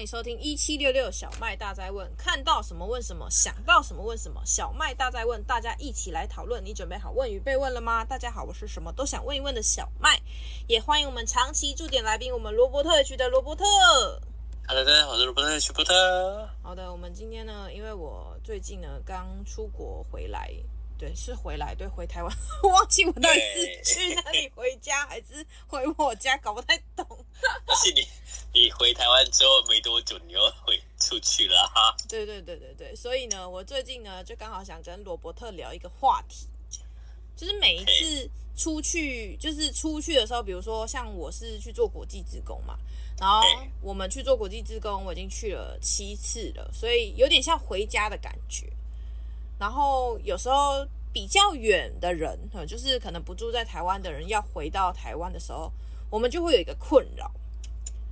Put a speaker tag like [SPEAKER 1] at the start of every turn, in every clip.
[SPEAKER 1] 迎收听一七六六小麦大灾问，看到什么问什么，想到什么问什么。小麦大灾问，大家一起来讨论。你准备好问与被问了吗？大家好，我是什么都想问一问的小麦，也欢迎我们长期驻点来宾，我们罗伯特区的罗伯特。
[SPEAKER 2] Hello，大家好，我是罗伯特·徐伯特。
[SPEAKER 1] 好的，我们今天呢，因为我最近呢刚出国回来，对，是回来，对，回台湾， 忘记我到底是去哪里回家，还是回我家，搞不太懂。
[SPEAKER 2] 但是你，你回台湾之后没多久，你又回出去了哈。
[SPEAKER 1] 对对对对对，所以呢，我最近呢就刚好想跟罗伯特聊一个话题，就是每一次出去，就是出去的时候，比如说像我是去做国际职工嘛，然后
[SPEAKER 2] 对
[SPEAKER 1] 我们去做国际职工，我已经去了七次了，所以有点像回家的感觉。然后有时候比较远的人，呃就是可能不住在台湾的人，要回到台湾的时候，我们就会有一个困扰，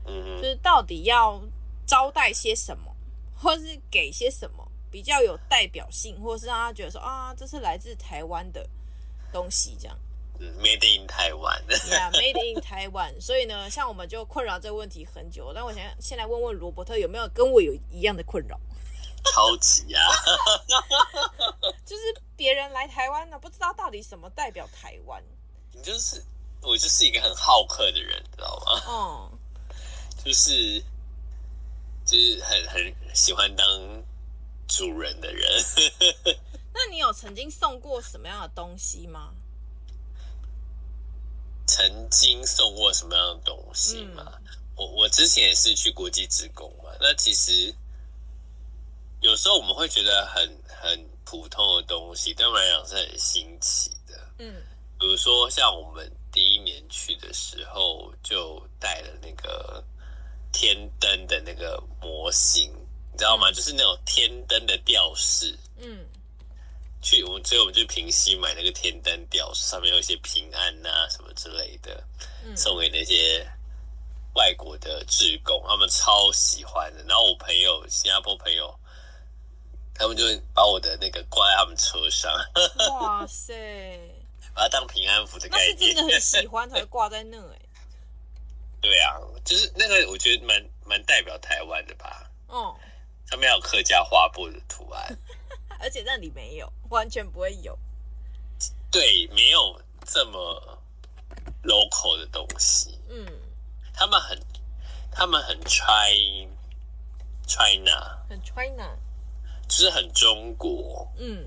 [SPEAKER 2] 嗯
[SPEAKER 1] 就，是到底要招待些什么，或是给些什么比较有代表性，或是让他觉得说啊，这是来自台湾的东西，这样。
[SPEAKER 2] 嗯，Made in 台湾。
[SPEAKER 1] Yeah, made in Taiwan。所以呢，像我们就困扰这个问题很久。但我想先来问问罗伯特有没有跟我有一样的困扰，
[SPEAKER 2] 超级啊！
[SPEAKER 1] 就是别人来台湾呢，不知道到底什么代表台湾。
[SPEAKER 2] 你就是我，就是一个很好客的人，知道吗？
[SPEAKER 1] 嗯，
[SPEAKER 2] 就是就是很很喜欢当主人的人。
[SPEAKER 1] 那你有曾经送过什么样的东西吗？
[SPEAKER 2] 曾经送过什么样的东西吗？我我之前也是去国际职工嘛，那其实有时候我们会觉得很很普通的东西，对我们来讲是很新奇的。
[SPEAKER 1] 嗯
[SPEAKER 2] 比如说像我们第一年去的时候，就带了那个天灯的那个模型，你知道吗？
[SPEAKER 1] 嗯
[SPEAKER 2] 就是那种天灯的吊饰。
[SPEAKER 1] 嗯
[SPEAKER 2] 去我们，所以我们去平西买那个天灯吊饰，上面有一些平安呐、什么之类的。
[SPEAKER 1] 嗯
[SPEAKER 2] 送给那些外国的志工，他们超喜欢的。然后我朋友新加坡朋友，他们就把我的那个挂在他们车上，
[SPEAKER 1] 哇塞，
[SPEAKER 2] 把它当平安符的
[SPEAKER 1] 那
[SPEAKER 2] 概
[SPEAKER 1] 是真
[SPEAKER 2] 念
[SPEAKER 1] 的。很喜欢才会挂在那哎、
[SPEAKER 2] 对啊，就是那个我觉得蛮蛮代表台湾的吧。
[SPEAKER 1] 嗯，
[SPEAKER 2] 上面还有客家花布的图 案，
[SPEAKER 1] 而且那里没有，完全不会有。
[SPEAKER 2] 对，没有这么 local 的东西。
[SPEAKER 1] 嗯
[SPEAKER 2] 他们很，他们很 China China，
[SPEAKER 1] 很 China。
[SPEAKER 2] 就是很中国。
[SPEAKER 1] 嗯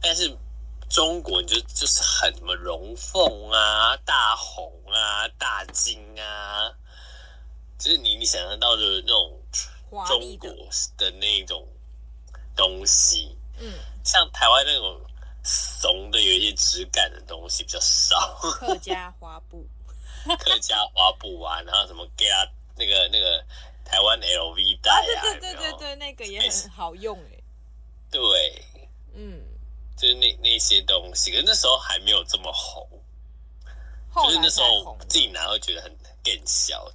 [SPEAKER 2] 但是中国你就就是很什么龙凤啊、大红啊、大金啊，就是你你想象到的那种
[SPEAKER 1] 华丽
[SPEAKER 2] 中
[SPEAKER 1] 的
[SPEAKER 2] 国的那种东西，
[SPEAKER 1] 嗯，
[SPEAKER 2] 像台湾那种怂的有一些质感的东西比较少，
[SPEAKER 1] 嗯客家花布。
[SPEAKER 2] 客家花布啊，然后什么 g a 那个那个台湾 LV 带
[SPEAKER 1] 啊，
[SPEAKER 2] 啊，
[SPEAKER 1] 对对对
[SPEAKER 2] 有没
[SPEAKER 1] 对
[SPEAKER 2] 有
[SPEAKER 1] 对，那个也
[SPEAKER 2] 没
[SPEAKER 1] 很
[SPEAKER 2] 事
[SPEAKER 1] 好用哎、
[SPEAKER 2] 对，
[SPEAKER 1] 嗯，
[SPEAKER 2] 就是那那些东西，可是那时候还没有这么红。
[SPEAKER 1] 后
[SPEAKER 2] 就是
[SPEAKER 1] 来
[SPEAKER 2] 那时
[SPEAKER 1] 才
[SPEAKER 2] 候
[SPEAKER 1] 红的。
[SPEAKER 2] 自己拿会觉得很更小，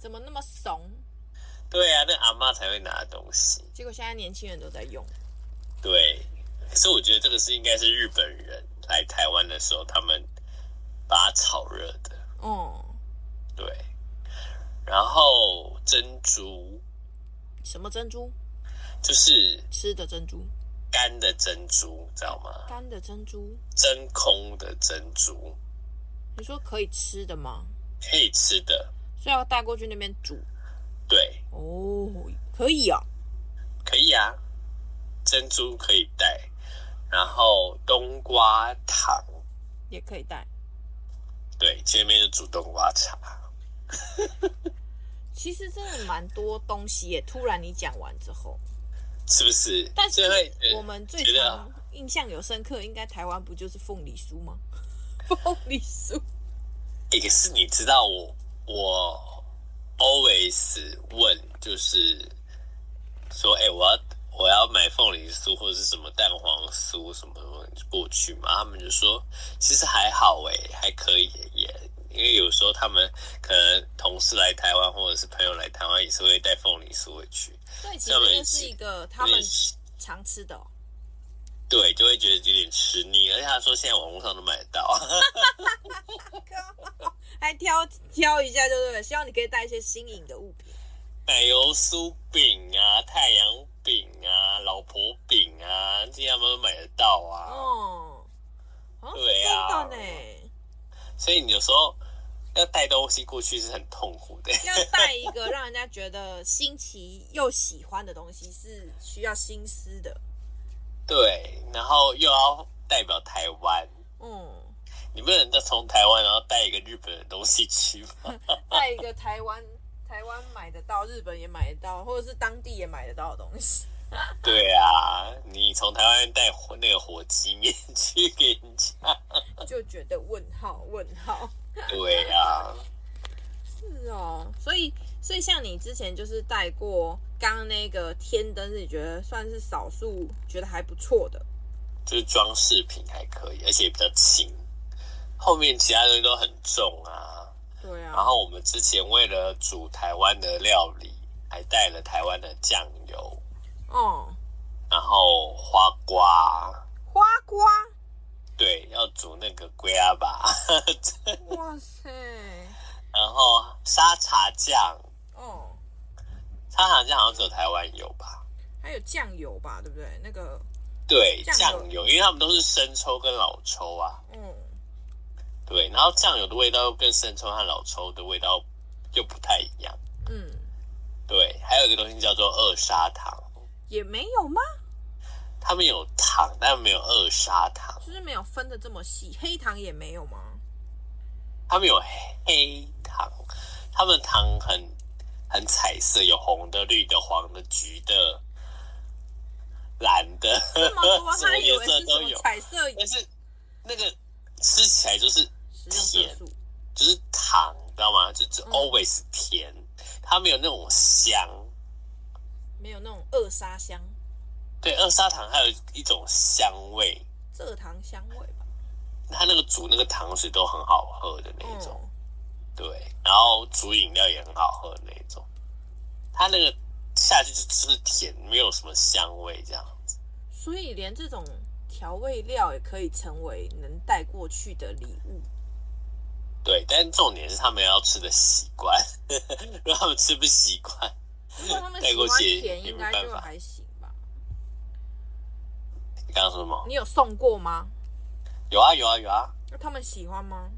[SPEAKER 1] 怎么那么怂？
[SPEAKER 2] 对啊，那阿妈才会拿的东西。
[SPEAKER 1] 结果现在年轻人都在用。
[SPEAKER 2] 对，可是我觉得这个是应该是日本人来台湾的时候，他们把它炒热的。
[SPEAKER 1] 哦、
[SPEAKER 2] 对，然后珍珠
[SPEAKER 1] 什么珍珠？
[SPEAKER 2] 就是
[SPEAKER 1] 吃的珍珠，
[SPEAKER 2] 干的珍珠，知道吗？
[SPEAKER 1] 干的珍珠。
[SPEAKER 2] 真空的珍珠
[SPEAKER 1] 你说可以吃的吗？
[SPEAKER 2] 可以吃的，
[SPEAKER 1] 所以要带过去那边煮。
[SPEAKER 2] 对，
[SPEAKER 1] 哦，可以啊。
[SPEAKER 2] 可以啊，珍珠可以带，然后冬瓜糖。
[SPEAKER 1] 也可以带。
[SPEAKER 2] 对，前面就主动挖茶。
[SPEAKER 1] 其实真的蛮多东西耶，突然你讲完之后，
[SPEAKER 2] 是不是？
[SPEAKER 1] 但是
[SPEAKER 2] 就会呃
[SPEAKER 1] 我们最
[SPEAKER 2] 觉得
[SPEAKER 1] 常印象有深刻，应该台湾不就是凤梨酥吗？凤梨酥，
[SPEAKER 2] 欸可是你知道我我 always 问就是说，哎、我要我要买凤梨酥或者是什么蛋黄酥什么什么过去嘛？他们就说其实还好哎、还可以耶。因为有时候他们可能同事来台湾，或者是朋友来台湾，也是会带凤梨酥回去。
[SPEAKER 1] 所以其实这是一个他
[SPEAKER 2] 有
[SPEAKER 1] 们
[SPEAKER 2] 点
[SPEAKER 1] 常吃的、哦。
[SPEAKER 2] 对，就会觉得有点吃腻。而且他说现在网络上都买得到。
[SPEAKER 1] 还挑挑一下就对了，希望你可以带一些新颖的物品。
[SPEAKER 2] 奶油酥饼啊、太阳饼啊、老婆饼啊，这些他们都买得到啊。
[SPEAKER 1] 哦，好像是
[SPEAKER 2] 对啊
[SPEAKER 1] 真的呢。
[SPEAKER 2] 所以你有时候要带东西过去是很痛苦的。
[SPEAKER 1] 要带一个让人家觉得新奇又喜欢的东西是需要心思的。
[SPEAKER 2] 对，然后又要代表台湾，
[SPEAKER 1] 嗯，
[SPEAKER 2] 你不能再从台湾然后带一个日本的东西去 吧？
[SPEAKER 1] 带一个台湾台湾买得到，日本也买得到，或者是当地也买得到的东西。
[SPEAKER 2] 对啊，你从台湾带火那个火鸡面去给人家，
[SPEAKER 1] 就觉得问号 问号。
[SPEAKER 2] 对啊，
[SPEAKER 1] 是哦，所以所以像你之前就是带过刚刚那个天灯，是你觉得算是少数觉得还不错的。
[SPEAKER 2] 就是装饰品还可以，而且比较轻。后面其他东西都很重啊。
[SPEAKER 1] 对啊，
[SPEAKER 2] 然后我们之前为了煮台湾的料理，还带了台湾的酱油，
[SPEAKER 1] 哦，
[SPEAKER 2] 然后花瓜，
[SPEAKER 1] 花瓜，
[SPEAKER 2] 对，要煮那个龟啊吧，
[SPEAKER 1] 哇塞，
[SPEAKER 2] 然后沙茶酱，
[SPEAKER 1] 哦，
[SPEAKER 2] 沙茶酱好像只有台湾有吧？
[SPEAKER 1] 还有酱油吧，对不对？那个，
[SPEAKER 2] 对，
[SPEAKER 1] 酱油
[SPEAKER 2] 酱油，因为他们都是生抽跟老抽啊，
[SPEAKER 1] 嗯，
[SPEAKER 2] 对，然后酱油的味道又跟生抽和老抽的味道又不太一样，
[SPEAKER 1] 嗯，
[SPEAKER 2] 对，还有一个东西叫做二砂糖，
[SPEAKER 1] 也没有吗？
[SPEAKER 2] 他们有糖，但没有二砂糖，
[SPEAKER 1] 就是没有分的这么细，黑糖也没有吗？
[SPEAKER 2] 他们有黑糖，他们糖很很彩色，有红的、绿的、黄的、橘的、蓝的，
[SPEAKER 1] 这么多，啊
[SPEAKER 2] 什么
[SPEAKER 1] 他以
[SPEAKER 2] 颜
[SPEAKER 1] 为
[SPEAKER 2] 色
[SPEAKER 1] 是
[SPEAKER 2] 都
[SPEAKER 1] 什
[SPEAKER 2] 有
[SPEAKER 1] 么。彩 色
[SPEAKER 2] 但是那个吃起来就是
[SPEAKER 1] 食用色素，
[SPEAKER 2] 就是糖，你知道吗？就只
[SPEAKER 1] 嗯
[SPEAKER 2] always 甜，它没有那种香。
[SPEAKER 1] 没有那种二砂香、
[SPEAKER 2] 对，二砂糖还有一种香味，
[SPEAKER 1] 蔗糖香味吧？
[SPEAKER 2] 它那个煮那个糖水都很好喝的那种。
[SPEAKER 1] 嗯，
[SPEAKER 2] 对，然后煮饮料也很好喝的那种。它那个下去就就是甜，没有什么香味这样子。
[SPEAKER 1] 所以连这种调味料也可以成为能带过去的礼物。
[SPEAKER 2] 对，但重点是他们要吃的习惯， 如果他们吃不习惯，
[SPEAKER 1] 如果他们
[SPEAKER 2] 带
[SPEAKER 1] 喜
[SPEAKER 2] 过
[SPEAKER 1] 欢
[SPEAKER 2] 去也
[SPEAKER 1] 甜，
[SPEAKER 2] 也
[SPEAKER 1] 应
[SPEAKER 2] 没
[SPEAKER 1] 该
[SPEAKER 2] 办
[SPEAKER 1] 就
[SPEAKER 2] 法
[SPEAKER 1] 还行吧。
[SPEAKER 2] 你刚刚说什么？
[SPEAKER 1] 你有送过吗？
[SPEAKER 2] 有啊有啊有啊，
[SPEAKER 1] 那他们喜欢吗？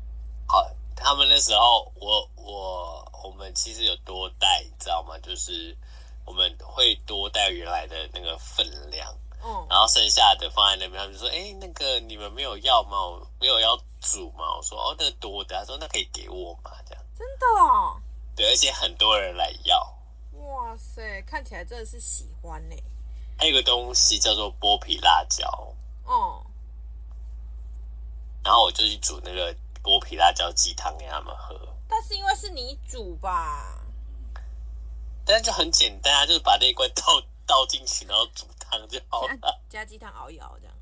[SPEAKER 2] 好，他们那时候我我我们其实有多带，你知道吗？就是我们会多带原来的那个分量，
[SPEAKER 1] 嗯，
[SPEAKER 2] 然后剩下的放在那边。他们就说：“哎、那个你们没有要吗？我没有要煮吗？”我说：“哦，那个多的。”他说：“那可以给我嘛？”这样
[SPEAKER 1] 真的哦，
[SPEAKER 2] 对，而且很多人来要。
[SPEAKER 1] 哇塞，看起来真的是喜欢呢、
[SPEAKER 2] 还有一个东西叫做剥皮辣椒，
[SPEAKER 1] 哦、
[SPEAKER 2] 然后我就去煮那个剥皮辣椒鸡汤给他们喝。
[SPEAKER 1] 但是因为是你煮吧，
[SPEAKER 2] 但是就很简单啊，就是把那一罐倒倒进去，然后煮汤就好了。
[SPEAKER 1] 加加鸡汤熬一熬这样。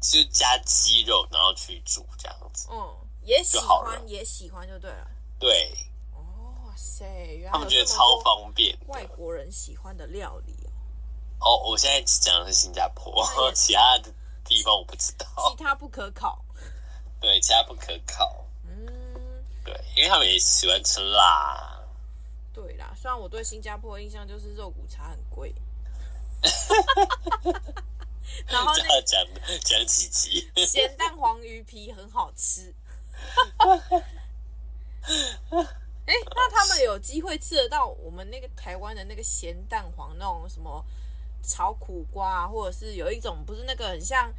[SPEAKER 2] 就加鸡肉，然后去煮这样子。
[SPEAKER 1] 嗯，也喜
[SPEAKER 2] 就好了
[SPEAKER 1] 欢，也喜欢就对了。
[SPEAKER 2] 对
[SPEAKER 1] 哦，哇塞，原来
[SPEAKER 2] 他
[SPEAKER 1] 有
[SPEAKER 2] 们觉得
[SPEAKER 1] 这
[SPEAKER 2] 超
[SPEAKER 1] 么多
[SPEAKER 2] 方便的。
[SPEAKER 1] 外国人喜欢的料理哦。
[SPEAKER 2] 哦，我现在只讲的是新加
[SPEAKER 1] 那
[SPEAKER 2] 坡，
[SPEAKER 1] 也
[SPEAKER 2] 其他的地方我不知
[SPEAKER 1] 其
[SPEAKER 2] 道。
[SPEAKER 1] 他不可考。
[SPEAKER 2] 对，其他不可靠。
[SPEAKER 1] 嗯，
[SPEAKER 2] 对，因为他们也喜欢吃辣。
[SPEAKER 1] 对啦，虽然我对新加坡的印象就是肉骨茶很贵，然后
[SPEAKER 2] 这
[SPEAKER 1] 哦那
[SPEAKER 2] 样讲讲几集？
[SPEAKER 1] 个咸蛋黄鱼皮很好吃。哎、那他们有机会吃得到我们那个台湾的那个咸蛋黄那种什么炒苦瓜、啊，或者是有一种不是那个很像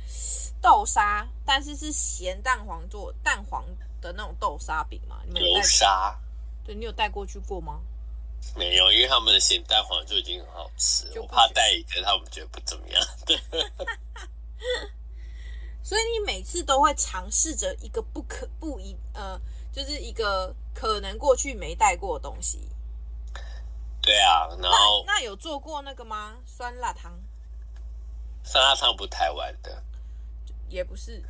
[SPEAKER 1] 豆沙，但是是咸蛋黄做蛋黄的那种豆沙饼吗？你们有
[SPEAKER 2] 流
[SPEAKER 1] 带？
[SPEAKER 2] 沙
[SPEAKER 1] 对你有带过去过吗？
[SPEAKER 2] 没有，因为他们的咸蛋黄就已经很好吃，
[SPEAKER 1] 就
[SPEAKER 2] 我
[SPEAKER 1] 不
[SPEAKER 2] 怕
[SPEAKER 1] 行
[SPEAKER 2] 带一个他们觉得不怎么样。对，
[SPEAKER 1] 所以你每次都会尝试着一个不可不一呃，就是一个可能过去没带过的东西。
[SPEAKER 2] 对啊，然
[SPEAKER 1] 那
[SPEAKER 2] 后
[SPEAKER 1] 那有做过那个吗？酸辣汤
[SPEAKER 2] 酸辣汤不是台湾的，
[SPEAKER 1] 也不是，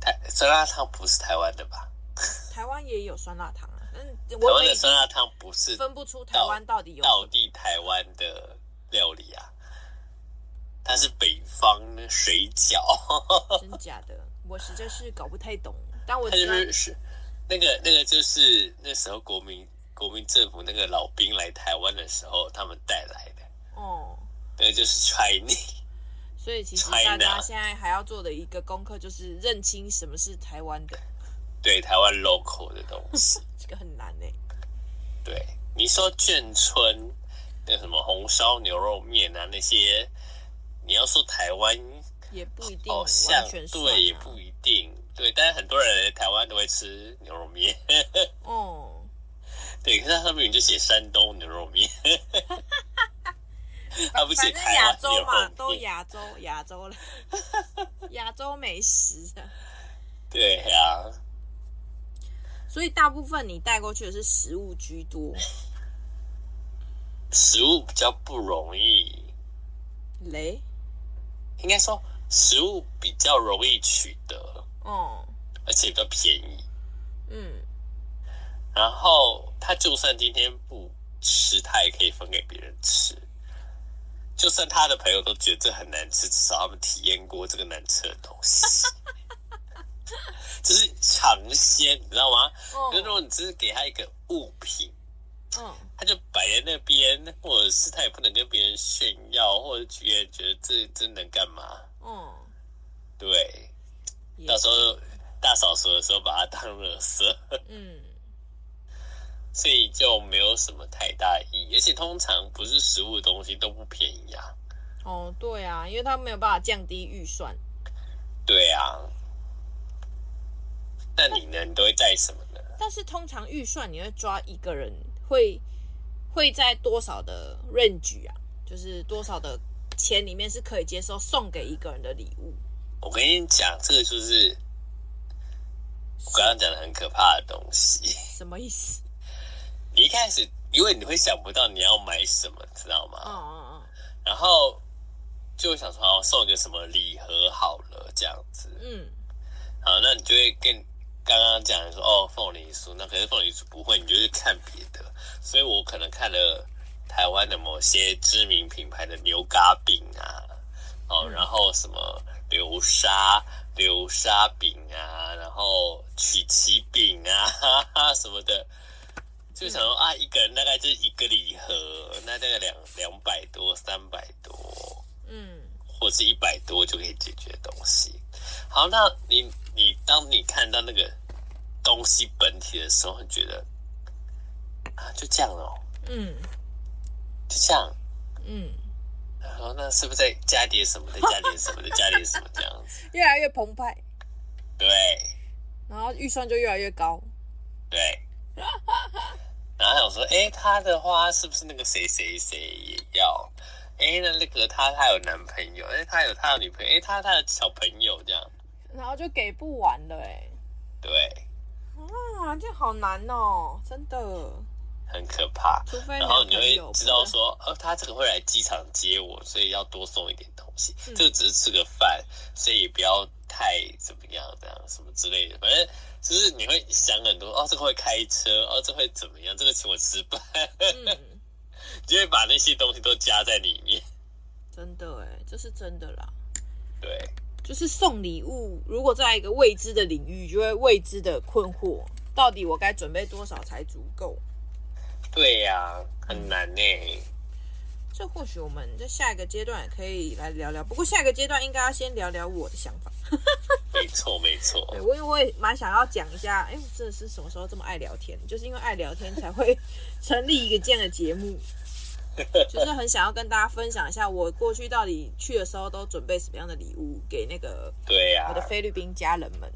[SPEAKER 2] 台酸辣汤不是台湾的吧？
[SPEAKER 1] 台湾也有酸辣汤啊。嗯，
[SPEAKER 2] 台
[SPEAKER 1] 我
[SPEAKER 2] 湾
[SPEAKER 1] 们
[SPEAKER 2] 的
[SPEAKER 1] 已经
[SPEAKER 2] 酸辣汤不是
[SPEAKER 1] 分不出台湾到底有什
[SPEAKER 2] 道
[SPEAKER 1] 么。
[SPEAKER 2] 地台湾的料理啊，它是北方的水饺，
[SPEAKER 1] 真假的，我实在是搞不太懂。但我
[SPEAKER 2] 它
[SPEAKER 1] 知
[SPEAKER 2] 就
[SPEAKER 1] 道
[SPEAKER 2] 是是那个那个就是那时候国民国民政府那个老兵来台湾的时候，他们带来的，
[SPEAKER 1] 哦，
[SPEAKER 2] 那个就是 Chinese。
[SPEAKER 1] 所以其实
[SPEAKER 2] China
[SPEAKER 1] 大家现在还要做的一个功课就是认清什么是台湾的，
[SPEAKER 2] 对台湾 local 的东西。
[SPEAKER 1] 这个很难哎、
[SPEAKER 2] 对，你说眷村那什么红烧牛肉面啊那些，你要说台湾
[SPEAKER 1] 也不一定
[SPEAKER 2] 好
[SPEAKER 1] 完
[SPEAKER 2] 像
[SPEAKER 1] 全算、啊
[SPEAKER 2] 对也不一定，对，但是很多人台湾都会吃牛肉面，
[SPEAKER 1] 哦，
[SPEAKER 2] 对，可是他上面就写山东牛肉面， 他不
[SPEAKER 1] 反
[SPEAKER 2] 写
[SPEAKER 1] 正
[SPEAKER 2] 台
[SPEAKER 1] 亚
[SPEAKER 2] 湾
[SPEAKER 1] 洲嘛，
[SPEAKER 2] 牛
[SPEAKER 1] 都
[SPEAKER 2] 肉面，
[SPEAKER 1] 亚洲亚洲 了，亚洲美食啊。
[SPEAKER 2] 对啊呀、
[SPEAKER 1] 所以大部分你带过去的是食物居多，
[SPEAKER 2] 食物比较不容易，
[SPEAKER 1] 雷，
[SPEAKER 2] 应该说食物比较容易取得，
[SPEAKER 1] 哦，
[SPEAKER 2] 而且比较便宜。
[SPEAKER 1] 嗯，
[SPEAKER 2] 然后他就算今天不吃，他也可以分给别人吃。就算他的朋友都觉得这很难吃，至少他们体验过这个难吃的东西。这是尝鲜，你知道吗？
[SPEAKER 1] 哦
[SPEAKER 2] 就，如果你只是给他一个物品，
[SPEAKER 1] 嗯，
[SPEAKER 2] 他就摆在那边，或者是他也不能跟别人炫耀，或者别人觉得这这能干嘛？
[SPEAKER 1] 嗯，
[SPEAKER 2] 对，
[SPEAKER 1] 也
[SPEAKER 2] 到时候大扫除的时候把它当垃圾。
[SPEAKER 1] 嗯，
[SPEAKER 2] 所以就没有什么太大意义。而且通常不是食物的东西都不便宜啊。
[SPEAKER 1] 哦，对啊，因为他没有办法降低预算。
[SPEAKER 2] 对啊，那你呢？你都会带什么呢？
[SPEAKER 1] 但是通常预算你会抓一个人会会在多少的 range 啊？就是多少的钱里面是可以接受送给一个人的礼物？
[SPEAKER 2] 我跟你讲，这个就是我刚刚讲的很可怕的东西。
[SPEAKER 1] 什么意思？
[SPEAKER 2] 你一开始因为你会想不到你要买什么，知道
[SPEAKER 1] 嗯
[SPEAKER 2] 吗？
[SPEAKER 1] 嗯
[SPEAKER 2] 然后就会想说，哦，送一个什么礼盒好了，这样子。
[SPEAKER 1] 嗯
[SPEAKER 2] 好，那你就会跟刚刚讲的说，哦，凤梨酥，那可是凤梨酥不会，你就是看别的，所以我可能看了台湾的某些知名品牌的牛轧饼啊，哦，然后什么流沙流沙饼啊，然后曲奇饼啊 哈哈什么的。就想说啊，一个人大概就是一个礼盒，那大概两两百多、三百多，
[SPEAKER 1] 嗯
[SPEAKER 2] 或是一百多就可以解决的东西。好，那你你当你看到那个东西本体的时候，你觉得啊，就这样哦，
[SPEAKER 1] 嗯
[SPEAKER 2] 就这样。
[SPEAKER 1] 嗯，
[SPEAKER 2] 然后那是不是再加点什么，再加点什么，再加点什么这样子？
[SPEAKER 1] 越来越澎湃，
[SPEAKER 2] 对
[SPEAKER 1] 然后预算就越来越高。
[SPEAKER 2] 对。然后想说，哎，她的话是不是那个谁谁谁也要？哎，那那个她她有男朋友，哎，她有她有女朋友，哎，她她的小朋友这样，
[SPEAKER 1] 然后就给不完了哎、
[SPEAKER 2] 对，
[SPEAKER 1] 啊，这好难哦，真的。
[SPEAKER 2] 很可怕。
[SPEAKER 1] 除非
[SPEAKER 2] 然后
[SPEAKER 1] 男
[SPEAKER 2] 你
[SPEAKER 1] 朋
[SPEAKER 2] 会
[SPEAKER 1] 友
[SPEAKER 2] 知道，说，呃，他这个会来机场接我，所以要多送一点东西。
[SPEAKER 1] 嗯
[SPEAKER 2] 这个只是吃个饭，所以也不要太怎么样，这样什么之类的。反正就是你会想很多，哦，这个会开车，哦，这个会怎么样，这个请我吃饭，
[SPEAKER 1] 嗯，
[SPEAKER 2] 你就会把那些东西都加在里面。
[SPEAKER 1] 真的哎、这是真的啦。
[SPEAKER 2] 对，
[SPEAKER 1] 就是送礼物，如果在一个未知的领域，就会未知的困惑，到底我该准备多少才足够？
[SPEAKER 2] 对呀、
[SPEAKER 1] 嗯
[SPEAKER 2] 很难呢、
[SPEAKER 1] 这或许我们在下一个阶段也可以来聊聊。不过下一个阶段应该要先聊聊我的想法。
[SPEAKER 2] 没错，没错
[SPEAKER 1] 对，，我因为我也蛮想要讲一下，哎，我真的是什么时候这么爱聊天？就是因为爱聊天才会 成立一个这样的节目，就是很想要跟大家分享一下我过去到底去的时候都准备什么样的礼物给那个
[SPEAKER 2] 对呀、
[SPEAKER 1] 我的菲律宾家人们。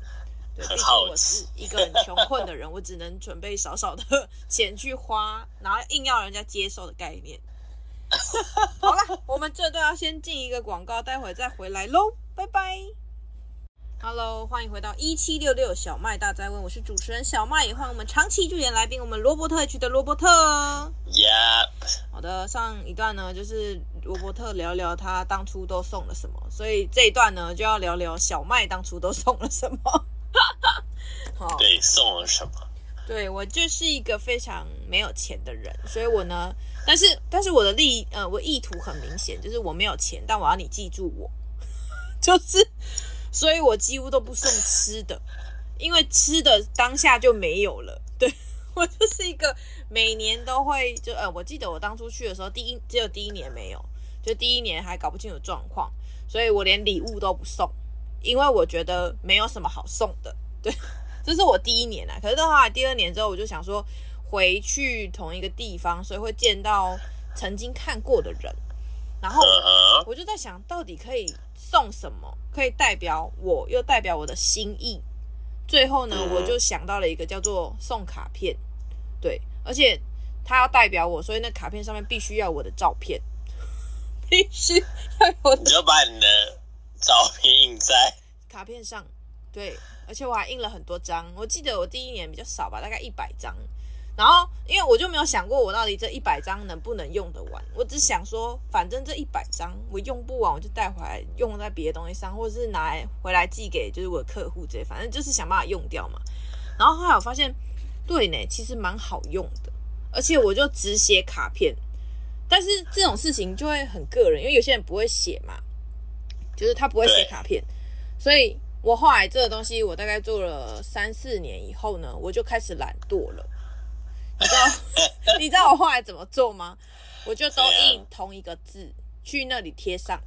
[SPEAKER 1] 对，毕
[SPEAKER 2] 啊很
[SPEAKER 1] 竟
[SPEAKER 2] 好
[SPEAKER 1] 我是一个很穷困的 人，我只能准备少少的钱去花，然后硬要人家接受的概念。 好了，我们这段要先进一个广告，待会再回来喽，拜拜。Hello，欢迎回到一七六六小麦大灾问，我是主持人小麦，也欢迎我们长期驻点来宾，我们罗伯特 H 的罗伯特。
[SPEAKER 2] 呀、
[SPEAKER 1] 好的，上一段呢就是罗伯特聊聊他当初都送了什么，所以这一段呢就要聊聊小麦当初都送了什么。 好，
[SPEAKER 2] 对，送了什么？
[SPEAKER 1] 对我就是一个非常没有钱的人，所以我呢，但是但是我的利呃，我意图很明显，就是我没有钱，但我要你记住我，就是，所以我几乎都不送吃的，因为吃的当下就没有了，对我就是一个每年都会就呃，我记得我当初去的时候，第一只有第一年没有，就第一年还搞不清楚状况，所以我连礼物都不送，因为我觉得没有什么好送的。对，这是我第一年啊。可是到后来第二年之后，我就想说回去同一个地方，所以会见到曾经看过的人，然后
[SPEAKER 2] 嗯哼，
[SPEAKER 1] 我就在想到底可以送什么，可以代表我又代表我的心意。最后呢，
[SPEAKER 2] 嗯
[SPEAKER 1] 我就想到了一个叫做送卡片，对，而且它要代表我，所以那卡片上面必须要有我的照片，必须要有我
[SPEAKER 2] 你
[SPEAKER 1] 的
[SPEAKER 2] 就把你的照片印在
[SPEAKER 1] 卡片上，对，而且我还印了很多张，我记得我第一年比较少吧，大概一百张。然后，因为我就没有想过我到底这一百张能不能用得完，我只想说，反正这一百张我用不完，我就带回来用在别的东西上，或者是拿来回来寄给就是我的客户这些，反正就是想办法用掉嘛。然后后来我发现，对呢，其实蛮好用的，而且我就只写卡片，但是这种事情就会很个人，因为有些人不会写嘛，就是他不会写
[SPEAKER 2] 对
[SPEAKER 1] 卡片，所以我后来这个东西我大概做了三四年以后呢，我就开始懒惰了。你知道你知道我后来怎么做吗？我就都
[SPEAKER 2] 怎
[SPEAKER 1] 印
[SPEAKER 2] 样
[SPEAKER 1] 同一个字去那里贴上，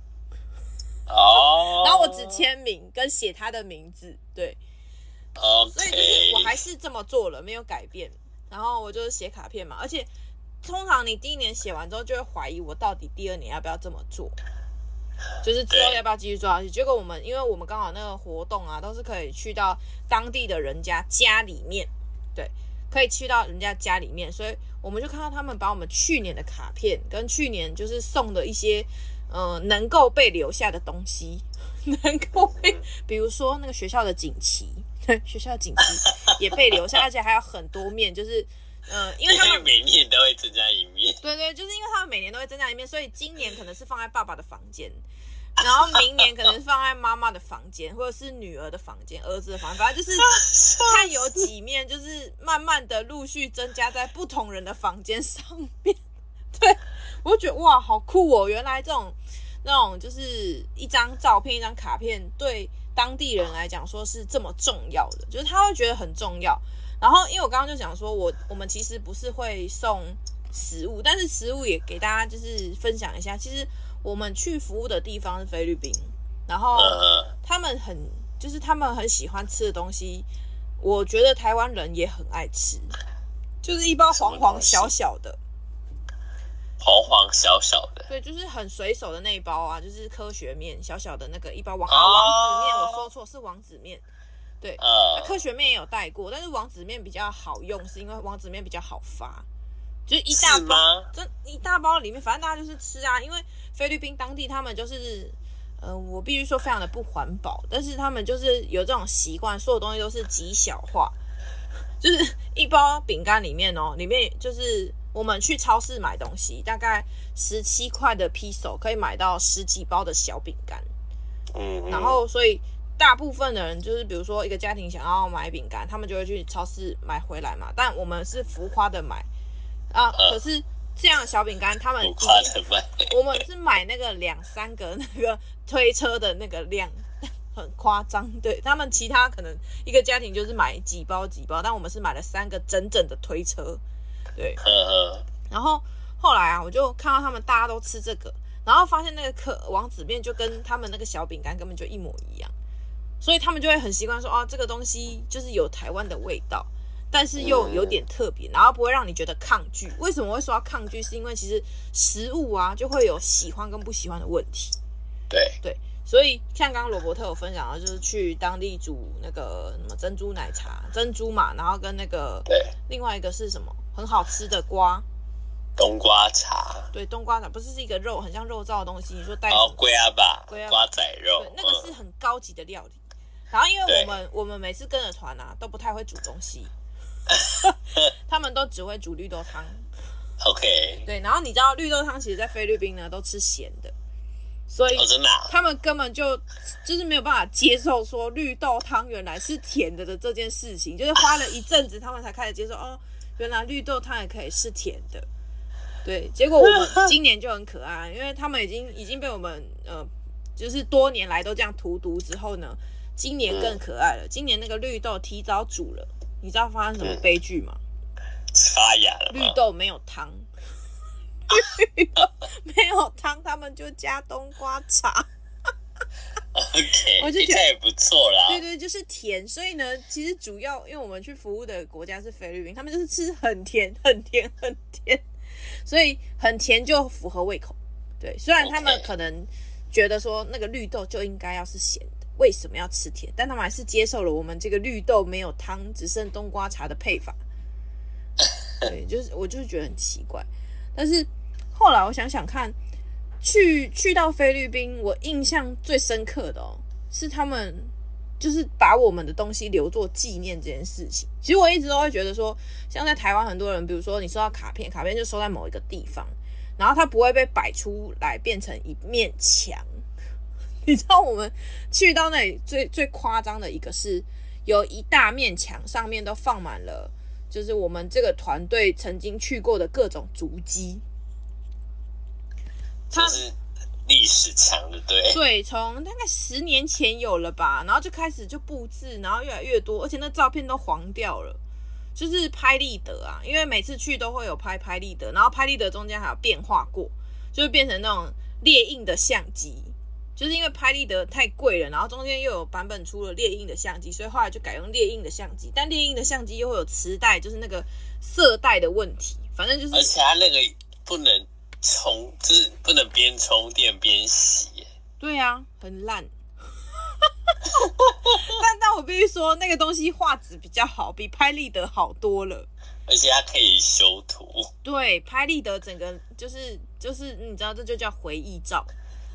[SPEAKER 2] 哦，
[SPEAKER 1] 然后我只签名跟写他的名字，对，所以就是我还
[SPEAKER 2] OK，
[SPEAKER 1] 是这么做了，没有改变。然后我就是写卡片嘛，而且通常你第一年写完之后就会怀疑我到底第二年要不要这么做，就是之后
[SPEAKER 2] 对
[SPEAKER 1] 要不要继续做下去。结果我们因为我们刚好那个活动啊，都是可以去到当地的人家家里面，对，可以去到人家家里面，所以我们就看到他们把我们去年的卡片跟去年就是送的一些。呃，能够被留下的东西， 能够被，比如说那个学校的锦旗， 对，学校的锦旗也被留 下，而且还有很多面，就是，呃，因为他
[SPEAKER 2] 因为
[SPEAKER 1] 们，
[SPEAKER 2] 每年都会增加一面，
[SPEAKER 1] 对对，就是因为他们每年都会增加一面，所以今年可能是放在爸爸的房间，然后明年可能是放在妈妈的房间，或者是女儿的房间、儿子的房间，反正就是看有几面，就是慢慢的陆续增加在不同人的房间上面。 对，我就觉得哇，好酷哦！原来这种那种就是一张照片、一张卡片，对当地人来讲说是这么重要的，就是他会觉得很重要。然后，因为我刚刚就讲说，我我们其实不是会送食物，但是食物也给大家就是分享一下。其实我们去服务的地方是菲律宾，然后
[SPEAKER 2] 呃，
[SPEAKER 1] 他们很就是他们很喜欢吃的东西，我觉得台湾人也很爱吃，就是一包黄黄小小的，
[SPEAKER 2] 黄黄小小的，
[SPEAKER 1] 对，就是很随手的那一包啊，就是科学面小小的那个一包王、啊
[SPEAKER 2] 哦
[SPEAKER 1] 王子面，我说错是王子面，对，
[SPEAKER 2] 呃
[SPEAKER 1] 科学面也有带过，但是王子面比较好用，是因为王子面比较好发，就是一大
[SPEAKER 2] 是
[SPEAKER 1] 包
[SPEAKER 2] 吗？
[SPEAKER 1] 这一大包里面，反正大家就是吃啊，因为菲律宾当地他们就是，呃，我必须说非常的不环保，但是他们就是有这种习惯，所有东西都是极小化，就是一包饼干里面哦，里面就是我们去超市买东西，大概十七块的 p i s o 可以买到十几包的小饼干，
[SPEAKER 2] 嗯，
[SPEAKER 1] 然后所以大部分的人就是，比如说一个家庭想要买饼干，他们就会去超市买回来嘛。但我们是浮夸的买啊，
[SPEAKER 2] 嗯
[SPEAKER 1] 可是这样的小饼干他们
[SPEAKER 2] 不
[SPEAKER 1] 已
[SPEAKER 2] 夸
[SPEAKER 1] 经，
[SPEAKER 2] 的卖，
[SPEAKER 1] 我们是买那个两三个那个推车的那个量。很夸张，对他们其他可能一个家庭就是买几包几包，但我们是买了三个整整的推车，对，
[SPEAKER 2] 呵呵，
[SPEAKER 1] 然后后来啊，我就看到他们大家都吃这个，然后发现那个可王子面就跟他们那个小饼干根本就一模一样，所以他们就会很习惯说，哦，这个东西就是有台湾的味道，但是又有点特别，然后不会让你觉得抗拒。为什么会说要抗拒？是因为其实食物啊就会有喜欢跟不喜欢的问题。
[SPEAKER 2] 对，
[SPEAKER 1] 所以像刚刚罗伯特有分享到，就是去当地煮那个什么珍珠奶茶、珍珠嘛，然后跟那个
[SPEAKER 2] 对，
[SPEAKER 1] 另外一个是什么很好吃的瓜，
[SPEAKER 2] 冬瓜茶，
[SPEAKER 1] 对，冬瓜肠不是是一个肉，很像肉燥的东西。你说带什
[SPEAKER 2] 然后
[SPEAKER 1] 么？
[SPEAKER 2] 哦龟阿爸
[SPEAKER 1] 龟阿，爸
[SPEAKER 2] 瓜仔肉嗯
[SPEAKER 1] 对，，那个是很高级的料理。然后因为
[SPEAKER 2] 对
[SPEAKER 1] 我们我们每次跟着团啊，都不太会煮东 西，他们都只会煮绿豆汤。
[SPEAKER 2] 嗯 OK，
[SPEAKER 1] 对，然后你知道绿豆汤其实在菲律宾呢都吃咸的，所以
[SPEAKER 2] 哦，真的啊，
[SPEAKER 1] 他们根本就就是没有办法接受说绿豆汤原来是甜的的这件事情，就是花了一阵子他们才开始接受哦，原来绿豆汤也可以是甜的。对，结果我们今年就很可爱，因为他们已经已经被我们呃，就是多年来都这样荼毒之后呢，今年更可爱了。今年那个绿豆提早煮了，你知道发生什么
[SPEAKER 2] 嗯
[SPEAKER 1] 悲剧吗？
[SPEAKER 2] 发芽了
[SPEAKER 1] 绿
[SPEAKER 2] 吗？
[SPEAKER 1] 豆没有汤，绿豆没有汤，他们就加冬瓜茶。
[SPEAKER 2] OK，
[SPEAKER 1] 我就
[SPEAKER 2] 诶
[SPEAKER 1] 觉得
[SPEAKER 2] 这也不错啦。
[SPEAKER 1] 对对，就是甜。所以呢，其实主要因为我们去服务的国家是菲律宾，他们就是吃很甜、很甜、很甜，所以很甜就符合胃口。对，虽然他们
[SPEAKER 2] OK
[SPEAKER 1] 可能觉得说那个绿豆就应该要是咸的，为什么要吃甜？但他们还是接受了我们这个绿豆没有汤，只剩冬瓜茶的配法。对，就是我就是觉得很奇怪。但是后来我想想看，去去到菲律宾，我印象最深刻的哦，是他们就是把我们的东西留作纪念这件事情。其实我一直都会觉得说，像在台湾很多人，比如说你收到卡片，卡片就收在某一个地方，然后它不会被摆出来变成一面墙。 你知道我们去到那里最最夸张的一个是，有一大面墙上面都放满了，就是我们这个团队曾经去过的各种足迹。
[SPEAKER 2] 就
[SPEAKER 1] 他
[SPEAKER 2] 是历史长的，对，
[SPEAKER 1] 对，从大概十年前有了吧，然后就开始就布置，然后越来越多，而且那照片都黄掉了，就是拍立得啊，因为每次去都会有拍拍立得，然后拍立得中间还有变化过，就是变成那种猎印的相机，就是因为拍立得太贵了，然后中间又有版本出了猎印的相机，所以后来就改用猎印的相机，但猎印的相机又会有磁带，就是那个色带的问题，反正就是
[SPEAKER 2] 而且它那个不能充，就是不能边充电边洗耶。
[SPEAKER 1] 对啊，很烂。 但但我必须说，那个东西画质比较好，比拍立得好多了。
[SPEAKER 2] 而且它可以修图，
[SPEAKER 1] 对，拍立得整个就是就是，你知道这就叫回忆照，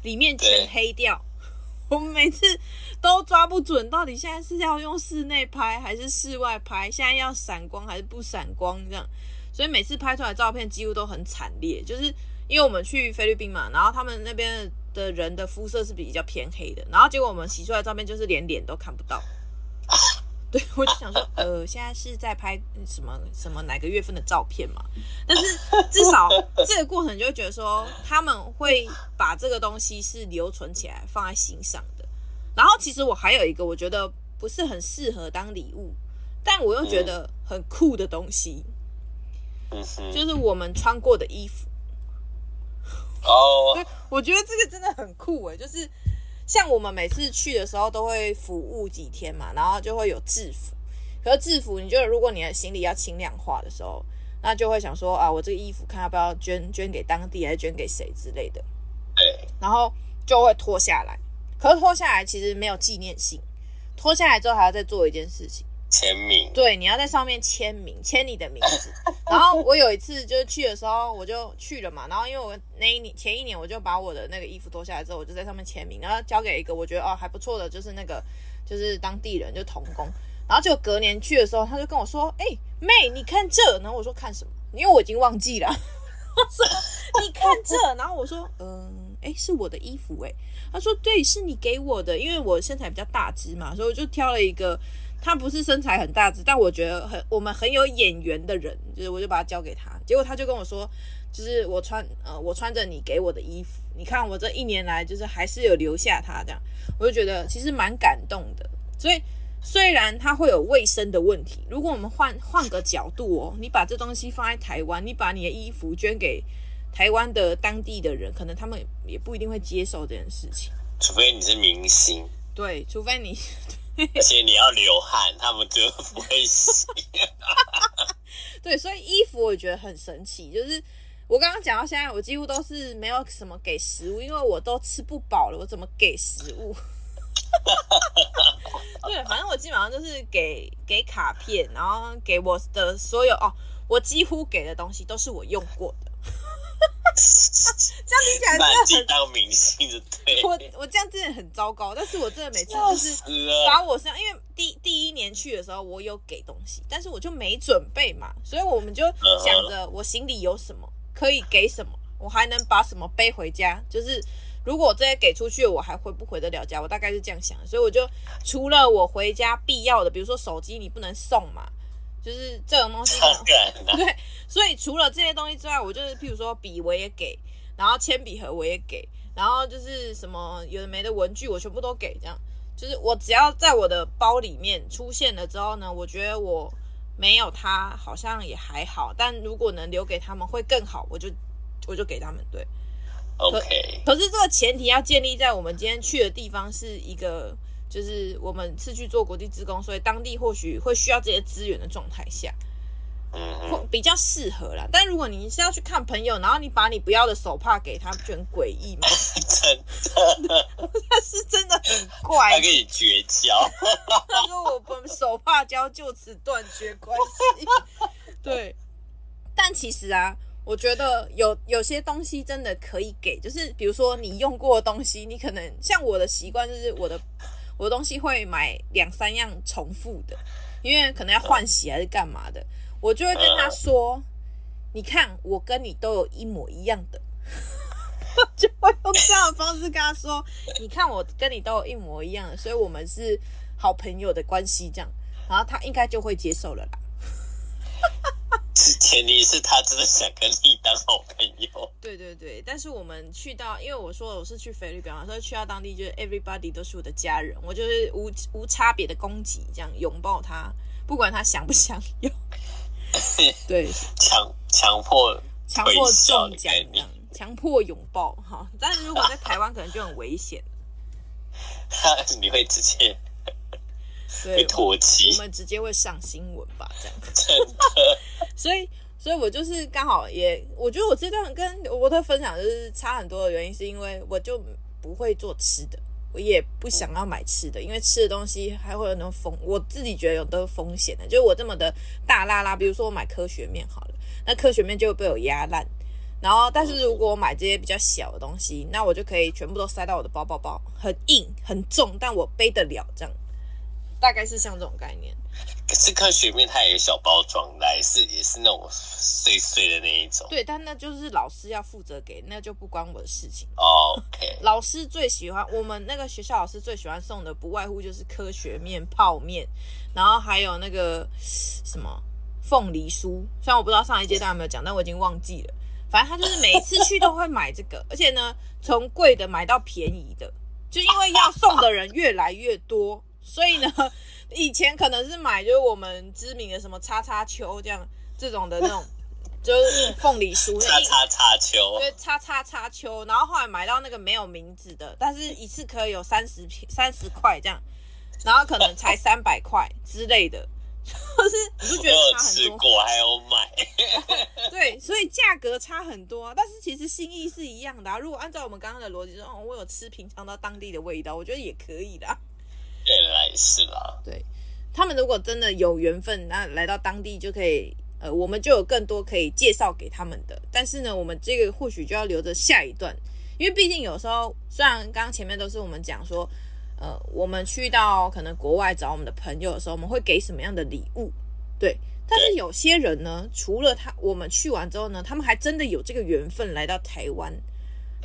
[SPEAKER 1] 里面全
[SPEAKER 2] 对
[SPEAKER 1] 黑掉。 我们每次都抓不准，到底现在是要用室内拍还是室外拍，现在要闪光还是不闪光这样。所以每次拍出来的照片几乎都很惨烈，就是因为我们去菲律宾嘛，然后他们那边的人的肤色是比较偏黑的，然后结果我们洗出来的照片就是连脸都看不到。对，我就想说，呃，现在是在拍什么什么哪个月份的照片嘛？但是至少这个过程你就会觉得说，他们会把这个东西是留存起来，放在心上的。然后其实我还有一个我觉得不是很适合当礼物，但我又觉得很酷的东西，
[SPEAKER 2] 嗯哼，
[SPEAKER 1] 就是我们穿过的衣服。
[SPEAKER 2] 哦，
[SPEAKER 1] 我觉得这个真的很酷诶，就是像我们每次去的时候都会服务几天嘛，然后就会有制服。可是制服，你觉得如果你的行李要轻量化的时候，那就会想说啊，我这个衣服看要不要捐捐给当地，还是捐给谁之类的，
[SPEAKER 2] 对，
[SPEAKER 1] 然后就会脱下来。可是脱下来其实没有纪念性，脱下来之后还要再做一件事情。
[SPEAKER 2] 签名，
[SPEAKER 1] 对，你要在上面签名，签你的名字。然后我有一次就是去的时候，我就去了嘛，然后因为我那一年前一年我就把我的那个衣服脱下来之后，我就在上面签名，然后交给一个我觉得哦还不错的，就是那个就是当地人就童工。然后就隔年去的时候，他就跟我说：“哎、妹，你看这。”然后我说：“看什么？”因为我已经忘记了。 他说：“你看这。”然后我说：“嗯，哎、是我的衣服哎、他说：“对，是你给我的，因为我身材比较大只嘛，所以我就挑了一个。他不是身材很大只，但我觉得很我们很有眼缘的人，就是我就把它交给他。结果他就跟我说，就是我穿呃我穿着你给我的衣服，你看我这一年来就是还是有留下它这样，我就觉得其实蛮感动的。所以虽然它会有卫生的问题，如果我们换换个角度哦，你把这东西放在台湾，你把你的衣服捐给台湾的当地的人，可能他们也不一定会接受这件事情。
[SPEAKER 2] 除非你是明星，
[SPEAKER 1] 对，除非你
[SPEAKER 2] 而且你要流汗，他们就不会洗。
[SPEAKER 1] 对，所以衣服我觉得很神奇，就是我刚刚讲到现在，我几乎都是没有什么给食物，因为我都吃不饱了，我怎么给食物？ 对，反正我基本上就是给给卡片，然后给我的所有哦，我几乎给的东西都是我用过的。 这样听起来
[SPEAKER 2] 把
[SPEAKER 1] 真
[SPEAKER 2] 自己
[SPEAKER 1] 的很，
[SPEAKER 2] 当明星就 对，
[SPEAKER 1] 我我这样真的很糟糕，但是我真的每次
[SPEAKER 2] 笑
[SPEAKER 1] 就是
[SPEAKER 2] 死了。
[SPEAKER 1] 把我身上，因为第第一年去的时候我有给东西，但是我就没准备嘛，所以我们就想着我行李有什么可以给什么，我还能把什么背回家，就是。如果我这些给出去，我还回不回得了家？我大概是这样想的，所以我就除了我回家必要的，比如说手机你不能送嘛，就是这种东西可能
[SPEAKER 2] 当然啦、
[SPEAKER 1] 对，所以除了这些东西之外，我就是譬如说笔我也给，然后铅笔盒我也给，然后就是什么有的没的文具我全部都给，这样就是我只要在我的包里面出现了之后呢，我觉得我没有他好像也还好，但如果能留给他们会更好，我就我就给他们。对，
[SPEAKER 2] OK，
[SPEAKER 1] 可是这个前提要建立在我们今天去的地方是一个，就是我们是去做国际职工，所以当地或许会需要这些资源的状态下，
[SPEAKER 2] 嗯嗯，
[SPEAKER 1] 或比较适合啦。但如果你是要去看朋友，然后你把你不要的手帕给他，不就很诡异吗？
[SPEAKER 2] 真
[SPEAKER 1] 他是真的很
[SPEAKER 2] 他
[SPEAKER 1] 怪
[SPEAKER 2] 跟。你绝交，
[SPEAKER 1] 他说我们手帕胶就此断绝关系。对，但其实啊，我觉得有有些东西真的可以给，就是比如说你用过的东西，你可能像我的习惯就是我的我的东西会买两三样重复的，因为可能要换洗还是干嘛的，我就会跟他说，你看我跟你都有一模一样的。 就会用这样的方式跟他说：“你看，我跟你都有一模一样的，所以我们是好朋友的关系这样。”然后他应该就会接受了啦。
[SPEAKER 2] 前提是他真的想跟你当好朋友。
[SPEAKER 1] 对对对，但是我们去到，因为我说我是去菲律宾嘛，所以去到当地就是 everybody 都是我的家人，我就是无无差别的攻击，这样拥抱他，不管他想不想要。对，
[SPEAKER 2] 强强迫
[SPEAKER 1] 强迫
[SPEAKER 2] 推销
[SPEAKER 1] 中
[SPEAKER 2] 的
[SPEAKER 1] 奖
[SPEAKER 2] 概
[SPEAKER 1] 这
[SPEAKER 2] 念
[SPEAKER 1] 样，强迫拥抱哈。但是如果在台湾可能就很危险。
[SPEAKER 2] 他你会直接被
[SPEAKER 1] 对，
[SPEAKER 2] 唾弃
[SPEAKER 1] 我，们直接会上新闻吧，这样。
[SPEAKER 2] 真的。
[SPEAKER 1] 所以，所以我就是刚好也，我觉得我这段跟我的分享就是差很多的原因，是因为我就不会做吃的，我也不想要买吃的，因为吃的东西还会有那种风，我自己觉得有都是风险的。就是我这么的大拉拉，比如说我买科学面好了，那科学面就会被我压烂。然后，但是如果我买这些比较小的东西，那我就可以全部都塞到我的包包包，很硬很重，但我背得了，这样大概是像这种概念。
[SPEAKER 2] 可是科学面它也有小包装来，是也是那种碎碎的那一种。
[SPEAKER 1] 对，但那就是老师要负责给，那就不关我的事情。
[SPEAKER 2] 哦 OK，
[SPEAKER 1] 老师最喜欢我们那个学校老师最喜欢送的，不外乎就是科学面、泡面，然后还有那个什么凤梨酥。虽然我不知道上一届大家有没有讲，但我已经忘记了。反正他就是每一次去都会买这个，而 且呢，从贵的买到便宜的，就因为要送的人越来越多，所以呢，以前可能是买就是我们知名的什么叉叉球这样这种的那种，就是凤梨酥，那
[SPEAKER 2] 叉
[SPEAKER 1] 一
[SPEAKER 2] 叉叉球，
[SPEAKER 1] 对，叉叉叉秋，然后后来买到那个没有名字的，但是一次可以有三十三十块这样，然后可能 才三百块之类的，就是你不
[SPEAKER 2] 我
[SPEAKER 1] 觉得
[SPEAKER 2] 有
[SPEAKER 1] 差很
[SPEAKER 2] 吃
[SPEAKER 1] 多？
[SPEAKER 2] 过，还有买。
[SPEAKER 1] 对，所以价格差很多啊，但是其实心意是一样的啊。如果按照我们刚刚的逻辑说，哦，我有吃品尝到当地的味道，我觉得也可以啊啦。
[SPEAKER 2] 原来是啦，
[SPEAKER 1] 对他们如果真的有缘分，那来到当地就可以，呃，我们就有更多可以介绍给他们的。但是呢，我们这个或许就要留着下一段，因为毕竟有时候虽然刚刚前面都是我们讲说，呃，我们去到可能国外找我们的朋友的时候，我们会给什么样的礼物，对。但是有些人呢，除了他我们去完之后呢，他们还真的有这个缘分来到台湾，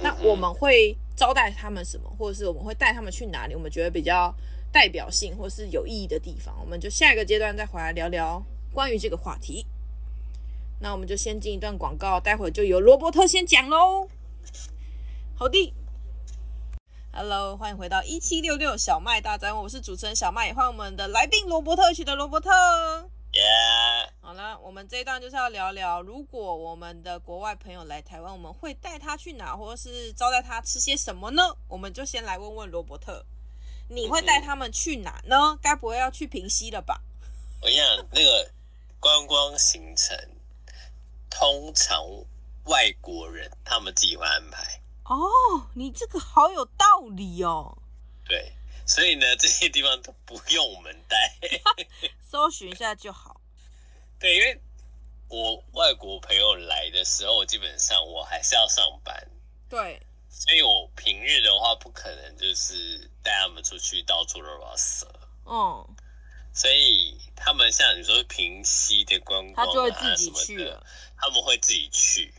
[SPEAKER 1] 那我们会招待他们什么，或者是我们会带他们去哪里？我们觉得比较代表性或是有意义的地方，我们就下一个阶段再回来聊聊关于这个话题。那我们就先进一段广告，待会就由罗伯特先讲喽。好的，Hello，欢迎回到一七六六小麦大宅，我是主持人小麦，也欢迎我们的来宾罗伯特，一起的罗伯特。
[SPEAKER 2] 耶、
[SPEAKER 1] 好了，我们这一段就是要聊聊，如果我们的国外朋友来台湾，我们会带他去哪，或者是招待他吃些什么呢？我们就先来问问罗伯特，你会带他们去哪呢？该不会要去平西了吧？
[SPEAKER 2] 我跟你讲，那个观光行程，通常外国人他们自己会安排。
[SPEAKER 1] 哦，你这个好有道理哦。
[SPEAKER 2] 对，所以呢，这些地方都不用我们带。
[SPEAKER 1] 搜寻一下就好。
[SPEAKER 2] 对，因为我外国朋友来的时候，基本上我还是要上班，
[SPEAKER 1] 对，
[SPEAKER 2] 所以我平日的话不可能就是带他们出去到处乱玩蛇。
[SPEAKER 1] 嗯，
[SPEAKER 2] 所以他们像你说平息的观光、
[SPEAKER 1] 他
[SPEAKER 2] 啊，
[SPEAKER 1] 就会自己
[SPEAKER 2] 什么
[SPEAKER 1] 去
[SPEAKER 2] 的
[SPEAKER 1] 了。
[SPEAKER 2] 他们会自己去。